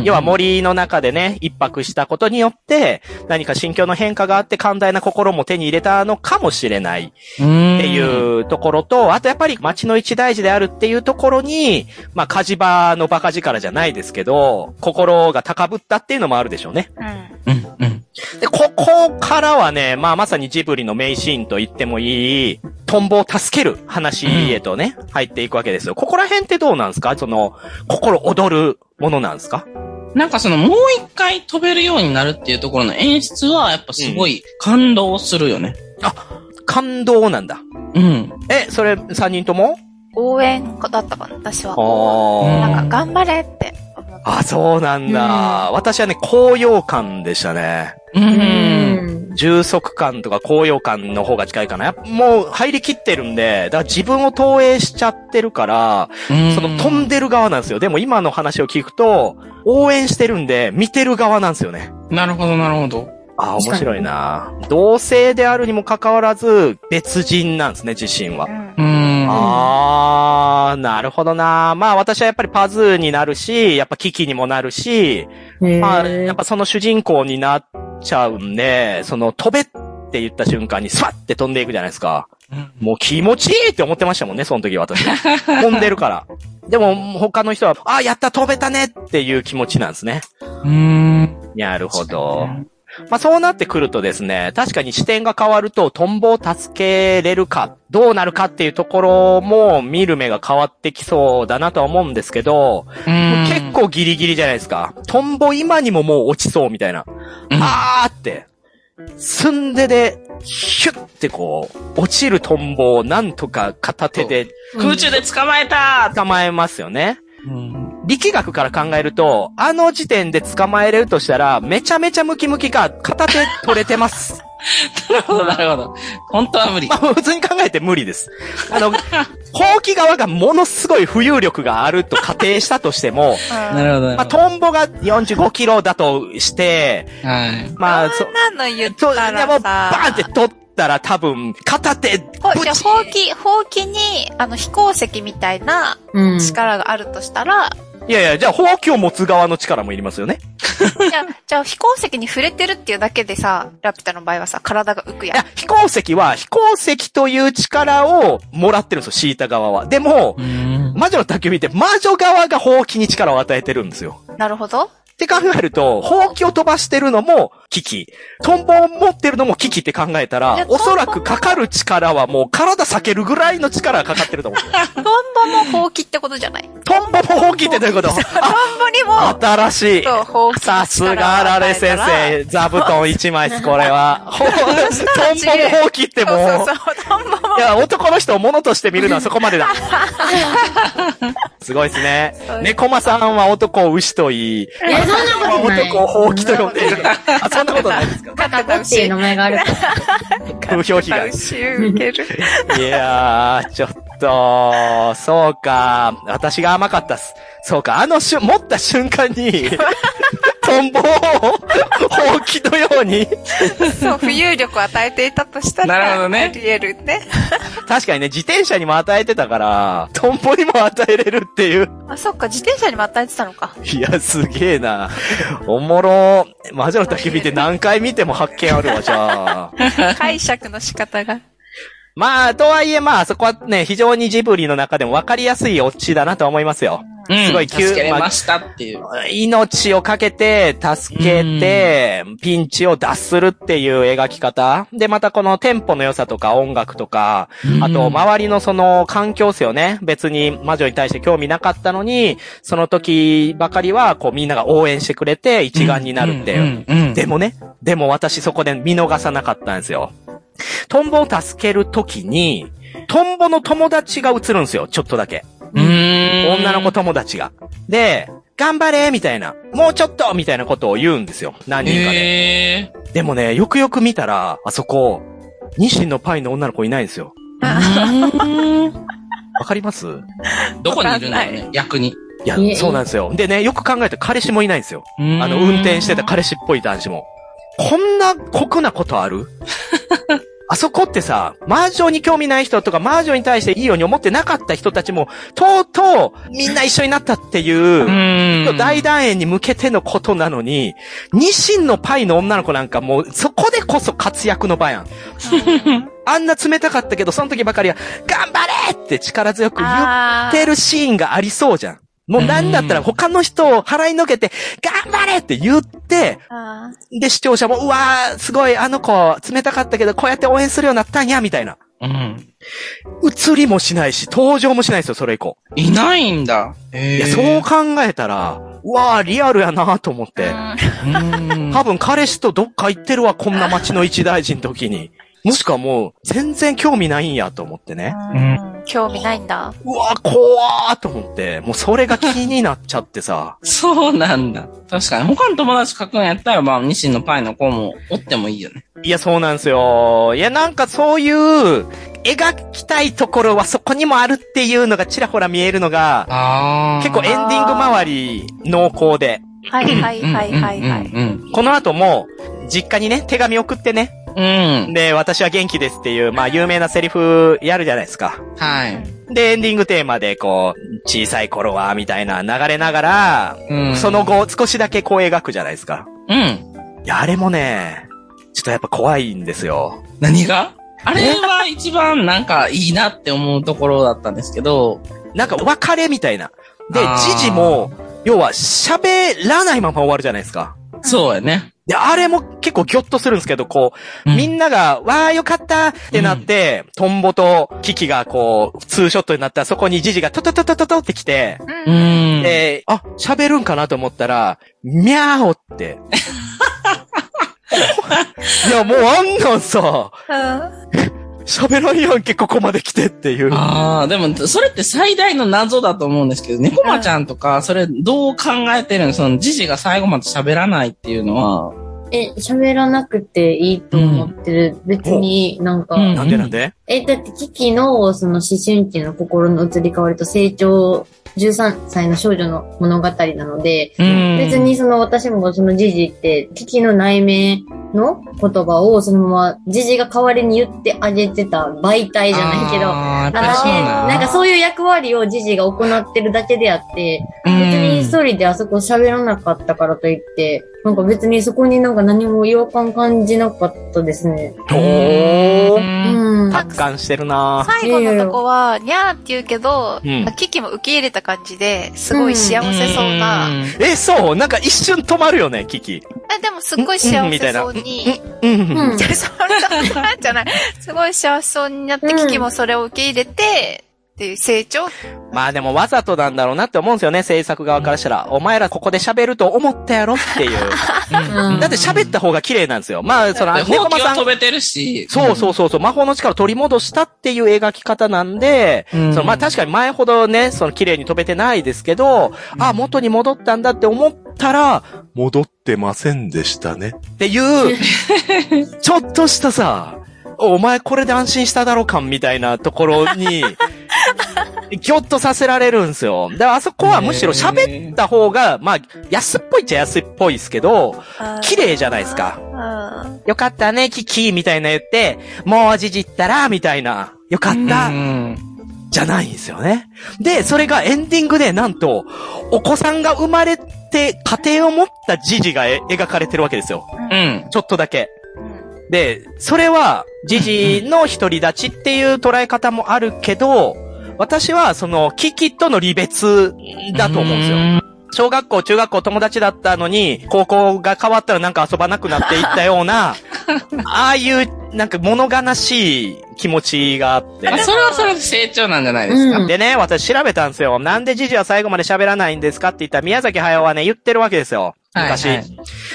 ん。要は森の中でね、一泊したことによって、何か心境の変化があって寛大な心も手に入れたのかもしれない。うっん、っていうところと、あとやっぱり街の一大事であるっていうところに、まあ、火事場の馬鹿力じゃないですけど、心が高ぶったっていうのもあるでしょうね。うん。うん、うん。で、ここからはね、まあ、まさにジブリの名シーンと言ってもいい、トンボを助ける話へとね、入っていくわけですよ。ここら辺ってどうなんですかその、心躍るものなんですかなんかその、もう一回飛べるようになるっていうところの演出は、やっぱすごい感動するよね。感動なんだ。うん。え、それ、三人とも応援だったかな、私は。あーなんか、頑張れって思った。あ、そうなんだ。私はね、高揚感でしたね。う。うんん。充足感とか高揚感の方が近いかな。やっぱもう入りきってるんで、だから自分を投影しちゃってるから、その飛んでる側なんですよ。でも今の話を聞くと、応援してるんで、見てる側なんですよね。なるほど、なるほど。ああ、確かに面白いな。同性であるにもかかわらず、別人なんですね、自身はう。んう。ん。ああ、なるほどな。まあ私はやっぱりパズーになるし、やっぱキキにもなるし、まあ、やっぱその主人公になっちゃうんで、その飛べって言った瞬間にスワッて飛んでいくじゃないですか。うんもう気持ちいいって思ってましたもんね、その時私。飛んでるから。でも他の人は、あ、やった飛べたねっていう気持ちなんですね。うん。なるほど。まあそうなってくるとですね、確かに視点が変わると、トンボを助けれるか、どうなるかっていうところも見る目が変わってきそうだなとは思うんですけど、うん。結構ギリギリじゃないですか。トンボ今にももう落ちそうみたいな。うん、あーって、すんでで、ヒュッてこう、落ちるトンボをなんとか片手で空中で捕まえた捕まえますよね。うん。力学から考えると、あの時点で捕まえれるとしたら、めちゃめちゃムキムキが片手取れてます。 なるほど、なるほど。本当は無理ま。あ、普通に考えて無理です。あ の、ほうき側がものすごい浮遊力があると仮定したとしても、なるほどなるまあ、ほど。トンボが45キロだとして、はい。まあ、そそ、んなの言っそう、たでらも、さ。バーンって取ったら多分、片手、ブほじゃあ、チほうき、ほうきに、あの、飛行石みたいなうん。力があるとしたら、いやいや、じゃあ、ほうきを持つ側の力もいりますよね。じゃあ、 じゃあ飛行石に触れてるっていうだけでさ、ラピュタの場合はさ、体が浮くいやんや。、飛行石は、飛行石という力をもらってるんですよ、敷いた側は。でも、うん。魔女の宅急便って、魔女側がほうきに力を与えてるんですよ。なるほど。って考えると、ほうきを飛ばしてるのも、危機。トンボを持ってるのも危機って考えたいやら、トンボおそらくかかる力はもう体避けるぐらいの力がかかってると思う。トンボもほうきってことじゃないトンボもほうきってどういうこと トンボにも、新しい。そう、ほうきさの力をすが、ラレ先与え生。座布団一枚です、これ は。ほトンボもほうきってたら。もそうそうそう、トンボもう。いや、男の人を物として見るのはそこ までだ。すごいですねそう。猫間さんは男を牛といい、いや、そんなことない。男をほうきと呼んでいる。あ、そんなことないです か肩タコっていう名前があるから。風評被害。受ける。いやー、ちょっと、そうか、私が甘かったっす。そうか、あのしゅ、持った瞬間 に、トンボを、ほうきのように、そう、浮遊力を与えていたとしたら、なるほどねあり得るね。確かにね、自転車にも与えてたから、トンボにも与えれるっていう。あ、そっか、自転車にも与えてたのか。いや、すげえな。おもろ。魔女の焚き火って何回見ても発見あるわ、じゃあ。 解釈の仕方が。まあ、とはいえまあ、そこはね、非常にジブリの中でも分かりやすいオチだなと思いますよ。うんすごい急助けれましたっていう。命をかけて、助けて、ピンチを脱するっていう描き方。で、またこのテンポの良さとか音楽とか、あと、周りのその環境っすよね。別に魔女に対して興味なかったのに、その時ばかりは、こうみんなが応援してくれて一丸になるっていう。うんうんうんでもね、でも私そこで見逃さなかったんですよ。トンボを助ける時に、トンボの友達が映るんですよ、ちょっとだけ。うーん女の子友達が。で、頑張れみたいな。もうちょっとみたいなことを言うんですよ。何人かで。へでもね、よくよく見たら、あそこ、ニシンのパイの女の子いないんですよ。 ーわかりますどこにいるんだろうわかんね、逆に。いやいえい、えそうなんですよ。でね、よく考えたら彼氏もいないんですよ。ああの、運転してた彼氏っぽい男子も。こんな酷なことあるあそこってさ、マージョンに興味ない人とか、マージョンに対していいように思ってなかった人たちも、とうとう、みんな一緒になったっていう、うん。大団円に向けてのことなのに、ニシンのパイの女の子なんかもう、そこでこそ活躍の場やん。あんな冷たかったけど、その時ばかりは、頑張れって力強く言っあてるシーンがありそうじゃん。もうなんだったら他の人を払いのけて、頑張れって言って、あで視聴者も、うわー、すごい、あの子、冷たかったけど、こうやって応援するようになったんや、みたいな。うん。映りもしないし、登場もしないですよ、それ以降。いないんだ。いい。や、そう考えたら、うわー、リアルやなと思って。多分彼氏とどっか行ってるわ、こんな街の一大事の時に。もしくはもう、全然興味ないんやと思ってね。ーうん。興味ないんだ。うわ、怖ーと思って、もうそれが気になっちゃってさそうなんだ。確かに。他の友達書くんやったら、まあ、ニシンのパイの子もおってもいいよね。いや、そうなんですよ。いや、なんかそういう、描きたいところはそこにもあるっていうのがちらほら見えるのが、あ結構エンディング周り濃厚で、はいはいはいはいはうんい。この後も、実家にね、手紙送ってね、うんうん。うん。で、私は元気ですっていう、まあ、有名なセリフやるじゃないですか。はい。で、エンディングテーマで、こう、小さい頃は、みたいな流れながら、うんその後、少しだけこう描くじゃないですか。うん。いや、あれもね、ちょっとやっぱ怖いんですよ。何があれは一番なんかいいなって思うところだったんですけど、なんか、お別れみたいな。で、あージジも、要は、喋らないまま終わるじゃないですか。そうやね。で、あれも結構ギョッとするんですけど、こう、うんみんなが、わーよかったってなって、トンボとキキがこう、ツーショットになったら、そこにジジがトトトトトトって来て、ううん。ん。で、あ、喋るんかなと思ったら、みゃーお って。いや、もうあんなんさ、うん喋らんやんけ、ここまで来てっていう。ああ、でも、それって最大の謎だと思うんですけど、猫まちゃんとか、それどう考えてるのその、ジジが最後まで喋らないっていうのは、 え、喋らなくていいと思ってる。別になんか、うんなんでなんでえ、だってキキのその思春期の心の移り変わりと成長、13歳の少女の物語なので、うん別にその私もそのジジって、キキの内面の言葉をそのままジジが代わりに言ってあげてた媒体じゃないけど、あーやっぱりあそのうね、ななんかそういう役割をジジが行ってるだけであって、う別んに一人であそこ喋らなかったからといって、なんか別にそこになんか何も違和感感じなかったですね。おうー。んうん。達観してるなぁ。最後のとこは、にゃーって言うけど、うんキキも受け入れた感じで、すごい幸せそうな、んえ、そうなんか一瞬止まるよね、キキ。えでもすっごい幸せそうに、うん。うんじゃあそん なじゃない。すごい幸せそうになって、うんキキもそれを受け入れて、っていう成長。まあでもわざとなんだろうなって思うんですよね、制作側からしたら。お前らここで喋ると思ったやろっていう。 うんだって喋った方が綺麗なんですよ。まあ、その、でほ猫う間きさはん飛。べてるし。そうそううそうそう、魔法の力を取り戻したっていう描き方なんで、うんそのまあ確かに前ほどね、その綺麗に飛べてないですけど、あ、元に戻ったんだって思ったら、戻ってませんでしたね。っ ていう、ちょっとしたさ、お前これで安心しただろ感みたいなとこ ろに、ぎょっとさせられるんですよ。だからあそこはむしろ喋った方が、まあ、安っぽいっちゃ安っぽいですけど、綺麗じゃないですか。うん。よかったね、キキみたいな言って、もうじじったら、みたいな、よかん。った、うんじゃないんですよね。で、それがエンディングで、なんと、お子さんが生まれて、家庭を持ったじじがえ描かれてるわけですよ。うん。ちょっとだけ。で、それは、じじの独り立ちっていう捉え方もあるけど、私は、その、キキとの離別だと思うんですよ。小学校、中学校友達だったのに、高校が変わったらなんか遊ばなくなっていったような、ああいう、なんか物悲しい気持ちがあって。あそれはそれで成長なんじゃないですか。うんでね、私調べたんですよ。なんでジジは最後まで喋らないんですかって言ったら、宮崎駿はね、言ってるわけですよ。昔。はいはい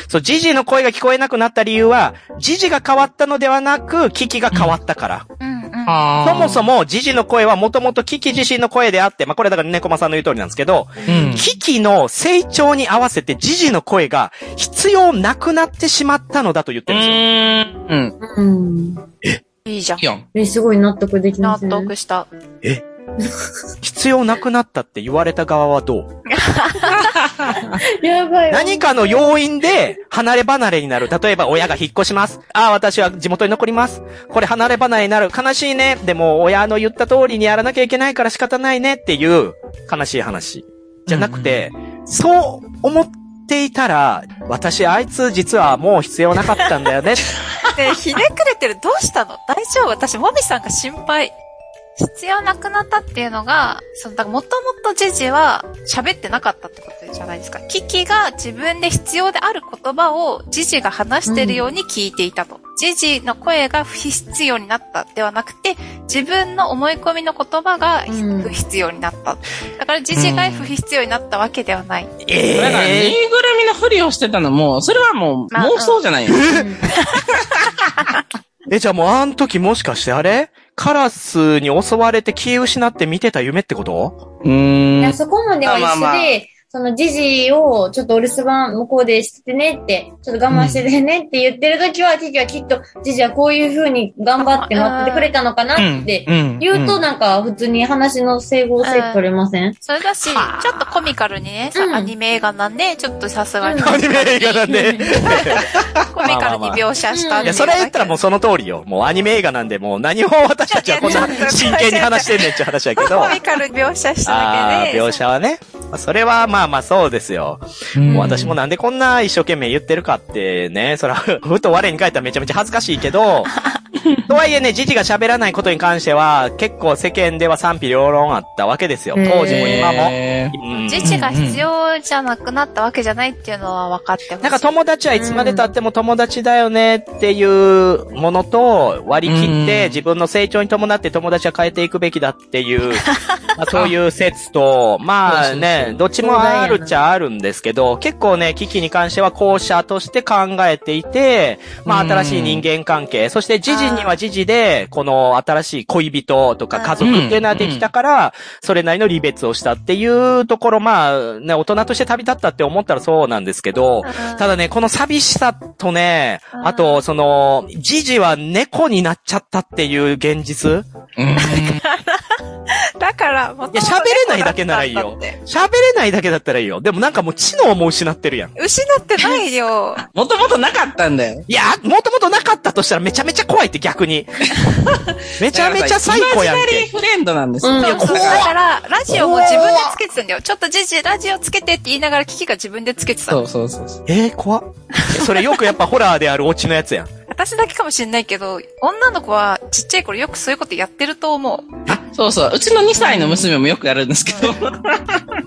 そう、ジジの声が聞こえなくなった理由は、ジジが変わったのではなく、キキが変わったから。うん。うん。あーそもそ、も、ジジの声はもともとキキ自身の声であって、まあ、これだから猫間さんの言う通りなんですけど、うんキキの成長に合わせてジジの声が必要なくなってしまったのだと言ってうるんですよ。ん。うん。うん。いいじゃん。ピョン。え、すごい納得できま納せん。得した。必要なくなったって言われた側はどうやばい。何かの要因で離れ離れになる。例えば親が引っ越します。ああ、私は地元に残ります。これ離れ離れになる。悲しいね。でも親の言った通りにやらなきゃいけないから仕方ないねっていう悲しい話。じゃなくて、そう思っていたら、私あいつ実はもう必要なかったんだよね。で、ひねくれてる。どうしたの大丈夫私、もみさんが心配。必要なくなったっていうのが、その、だからもともとジジは喋ってなかったってことじゃないですか。キキが自分で必要である言葉をジジが話してるように聞いていたと。ジジの声が不必要になったではなくて、自分の思い込みの言葉がひうん不必要になった。だからジジが不必要になったわけではない。 えだから、ぬいぐるみのふりをしてたのも、それはもうまあ妄想じゃないよ。え、じゃあもうあん時もしかしてあれカラスに襲われて気を失って見てた夢ってことういーや、ん。そこまでは一緒で、まあまあそのジジをちょっとお留守番向こうでしててねって、ちょっと我慢しててねって言ってる時は、キキはきっとジジはこういう風に頑張って待っててくれたのかなってん言うとんなんか普通に話の整合性取れません、それだし、ちょっとコミカルにね、さうんアニメ映画なんで、ちょっとさすがに。うんアニメ映画なんで。 コミカルに描写したっまあまあまあいや、それ言ったらもううその通りよ。もうアニメ映画なんで、もう何を私たちはこんな真剣に話してんねんって話だけ ど。コミカルに描写しただああけー、で。描写はね。まあそれはまあまあそうですよ。うんもう私もなんでこんな一生懸命言ってるかってね、そら、 ふと我に返ったらめちゃめちゃ恥ずかしいけど、とはいえね、ジジが喋らないことに関しては、結構世間では賛否両論あったわけですよ。当時も今も。へーうん自治が必要じゃなくなったわけじゃないっていうのは分かってほしい。なんか友達はいつまで経っても友達だよねっていうものと割り切っうんて自分の成長に伴って友達は変えていくべきだって いう、まあそういう説と、まあそうそうそね、どっちもあるっちゃあるんですけど、結構ね、危機に関しては後者として考えていて、まあうん新しい人間関係、そして時事本人は時事で、この新しい恋人とか家族っていうのはできたから、それなりの離別をしたっていうところ、まあ、ね、大人として旅立ったって思ったらそうなんですけど、ただね、この寂しさとね、うんあと、その、ジジは猫になっちゃったっていう現実だから、もともといや喋れないだけならいいよ猫だったんだって喋れないだけだったらいいよ。でもなんかもう知能も失ってるやん。失ってないよ。もともとなかったんだよ。いや、もともとなかったとしたらめちゃめちゃ怖いって逆に。めちゃめちゃ最高やんイマジナリけー。フレンドなんですよ。うんいやそうこそう。うだから、ラジオも自分でつけてたんだよ。ちょっとじじ、ラジオつけてって言いながら、キキが自分でつけてたその。うそうそうそう。えー、怖っ。それよくやっぱホラーであるオチのやつやん。私だけかもしれないけど、女の子はちっちゃい頃よくそういうことやってると思う。そうそう。うちの2歳の娘もよくやるんですけど、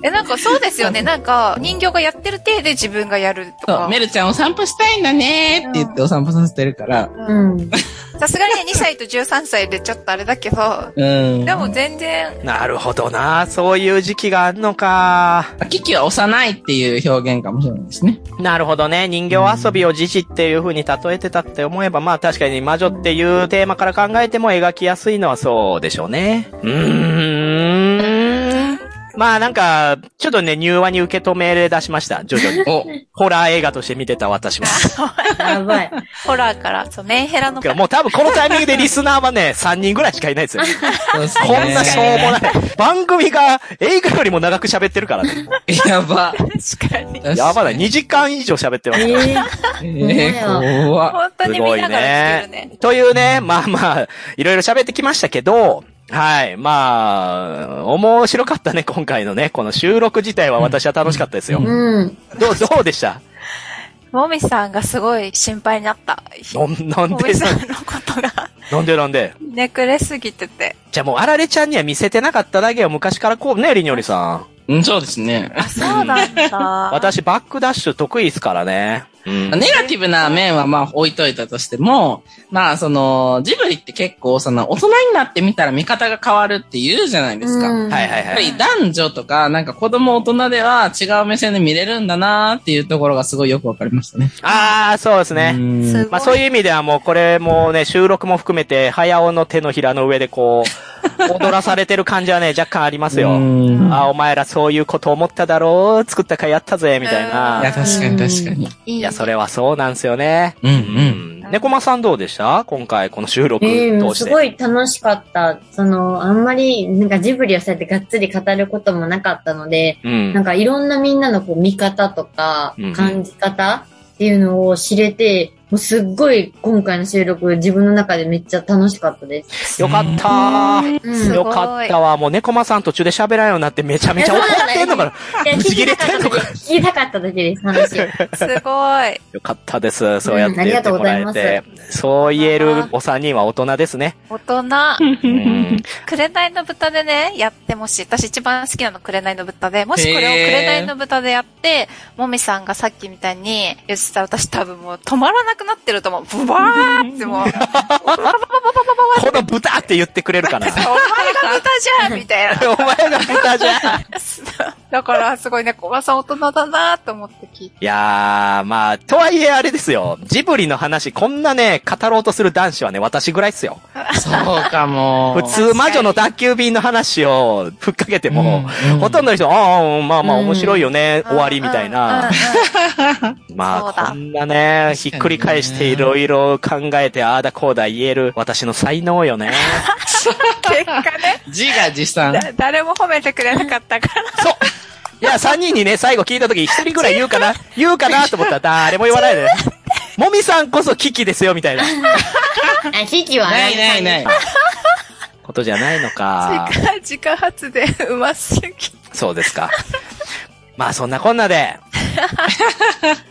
え、なんかそうですよね。なんか、人形がやってる体で自分がやるとそうかメ。ルちゃんお散歩したいんだねーって言ってお散歩させてるから。うん。さすがにね2歳と13歳でちょっとあれだけど、うん。でも全然、なるほどな。そういう時期があんのか。キキは幼いっていう表現かもしれないですね。なるほどね。人形遊びを自死っていう風に例えてたって思えば、まあ確かに魔女っていうテーマから考えても描きやすいのはそうでしょうね。うーん。まあなんか、ちょっとね、入話に受け止め出しました。徐々 に。お、ホラー映画として見てた 私も。や ばい。ホラーから、そう、メンヘラのてかもう多分このタイミングでリスナーはね、3人ぐらいしかいないですよ。そうっすねこんなしょうもない。番組が映画よりも長く喋ってるからね。やば。確かに。 やばない。に。 2時間以上喋ってます。えええー、怖っ本当に見ながらしてるね。というね、まあまあ、いろいろ喋ってきましたけど、はい。まあ、面白かったね、今回のね。この収録自体は私は楽しかったですよ。うん。どう、どうでしたもみさんがすごい心配になった。ななんもでみ、さんのことが、なんでなんで。ねくれすぎてて。じゃあもう、あられちゃんには見せてなかっただけよ。昔からこうね、りにょりさん。うん、そうですね。そうなんだ。 私、バックダッシュ得意ですからね。うん。ネガティブな面はまあ置いといたとしても、まあその、ジブリって結構その大人になってみたら見方が変わるって言うじゃないですか。うんはいはいやっはぱい。り男女とか、なんか子供大人では違う目線で見れるんだなーっていうところがすごいよくわかりましたね。ああ、そうですね。うんすごい。まあそういう意味ではもうこれもね、収録も含めて、早尾の手のひらの上でこ う、踊らされてる感じはね、若干ありますうよ。んあ、お前らそういうこと思っただろう作った回やったぜ、みたいいや、な。確かに確かに。いいいねや、それはそうなんですよね。うんう。うんん。猫間さんどうでした今回、この収録ええもう通しすて。ごい楽しかった。その、あんまり、なんかジブリをそうやってがっつり語ることもなかったので、うんなんかいろんなみんなのこう見方とかうんうん、感じ方っていうのを知れて、もうすっごい今回の収録自分の中でめっちゃ楽しかったです。よかったー。うんよかったわ。もう猫間さん途中で喋らんようになってめちゃめちゃ怒ってんのかな。いや ぶち切れてんのか聞きたかっただけです、話。すごい。よかったです。 そうやって言ってもらえうんありがて。そう言えるお三人は大人ですね。大人。うん。紅の豚でね、やってもし、私一番好きなの紅の豚で、もしこれを紅の豚でやって、もみさんがさっきみたいに言ってたら私多分もう止まらなくなってると思う。ブワーって もう、お前がこの豚って言ってくれるかな。豚じゃんみたいな。 お前が豚じゃん。だからすごいね、小川さん大人だなと思って聞いて。いやー、まあ、とはいえあれですよ。ジブリの話、こんなね、語ろうとする男子はね、私ぐらいっすよ。そうかも。普通、魔女の宅急便の話を、ふっかけても、うんほとんどの人、ああ、まあまあうん面白いよね、終わりみたいうんな。うまそうあ、だこんなね、ひっくり返していろいろ考えて、ああだこうだ言える、私の才能よね。んうん結 果ね、自画自賛。だ誰も褒めてくれなかったから。そう。いや、三人にね、最後聞いたとき、一人ぐらい言うかな、 言うかなと思ったら、誰も言わないでね。 もみさんこそ危機ですよ、みたいなあ、ひきはないないない。。ことじゃないのか。時間、自家発電うますぎ。 そうですか。まあ、そんなこんな で、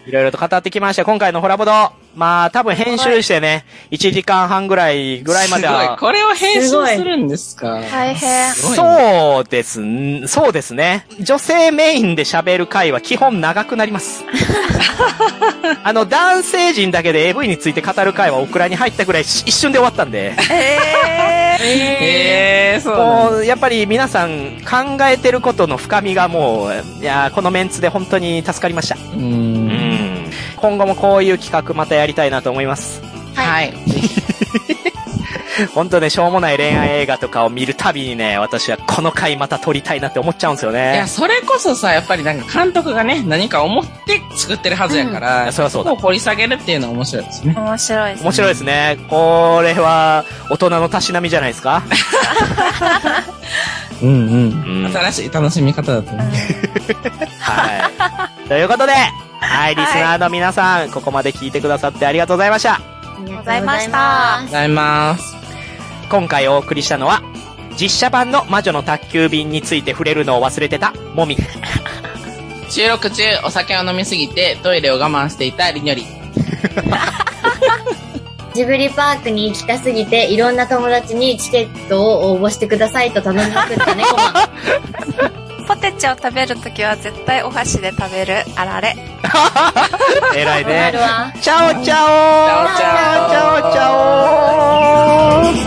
いろいろと語ってきました。今回のホラボド。まあ、多分編集してね、1時間半ぐらい、ぐらいまですごい。は。これを編集するんですか。大変。すごいねそうですん、そうですね。女性メインで喋る回は基本長くなり ます。あの、男性陣だけで AV について語る回はオクラに入ったぐらいし一瞬で終わったんで、えー。へえ、そうなんだ。もう、やっぱり皆さん考えてることの深みがもう、いやーこのメンツで本当に助かりました。う。うん ん。今後もこういう企画またやりたいなと思います。はい。本当ね、しょうもない恋愛映画とかを見るたびにね、私はこの回また撮りたいなって思っちゃうんですよいや、ね。それこそさ、やっぱりなんか監督がね、何か思って作ってるはずやから、うんそりゃそうだこを掘り下げるっていうのは面白いですね。面白いですね面白いですね。これは、大人のたしなみじゃないですか。うんう。うんん。新しい楽しみ方だと思う。はい。ということで、はい、リスナーの皆さん、ここまで聞いてくださってありがとうございました。ありがとうございましたございます。今回お送りしたのは、実写版の魔女の宅急便について触れるのを忘れてた、も み。収録中、お酒を飲みすぎて、トイレを我慢していたりにょり。ジブリパークに行きたすぎて、いろんな友達にチケットを応募してくださいと頼みまくった猫マン。ポテチを食べるときは絶対お箸で食べるあられ。偉いわかねる。わ。チャオチャオチャオチャオチャオチャオ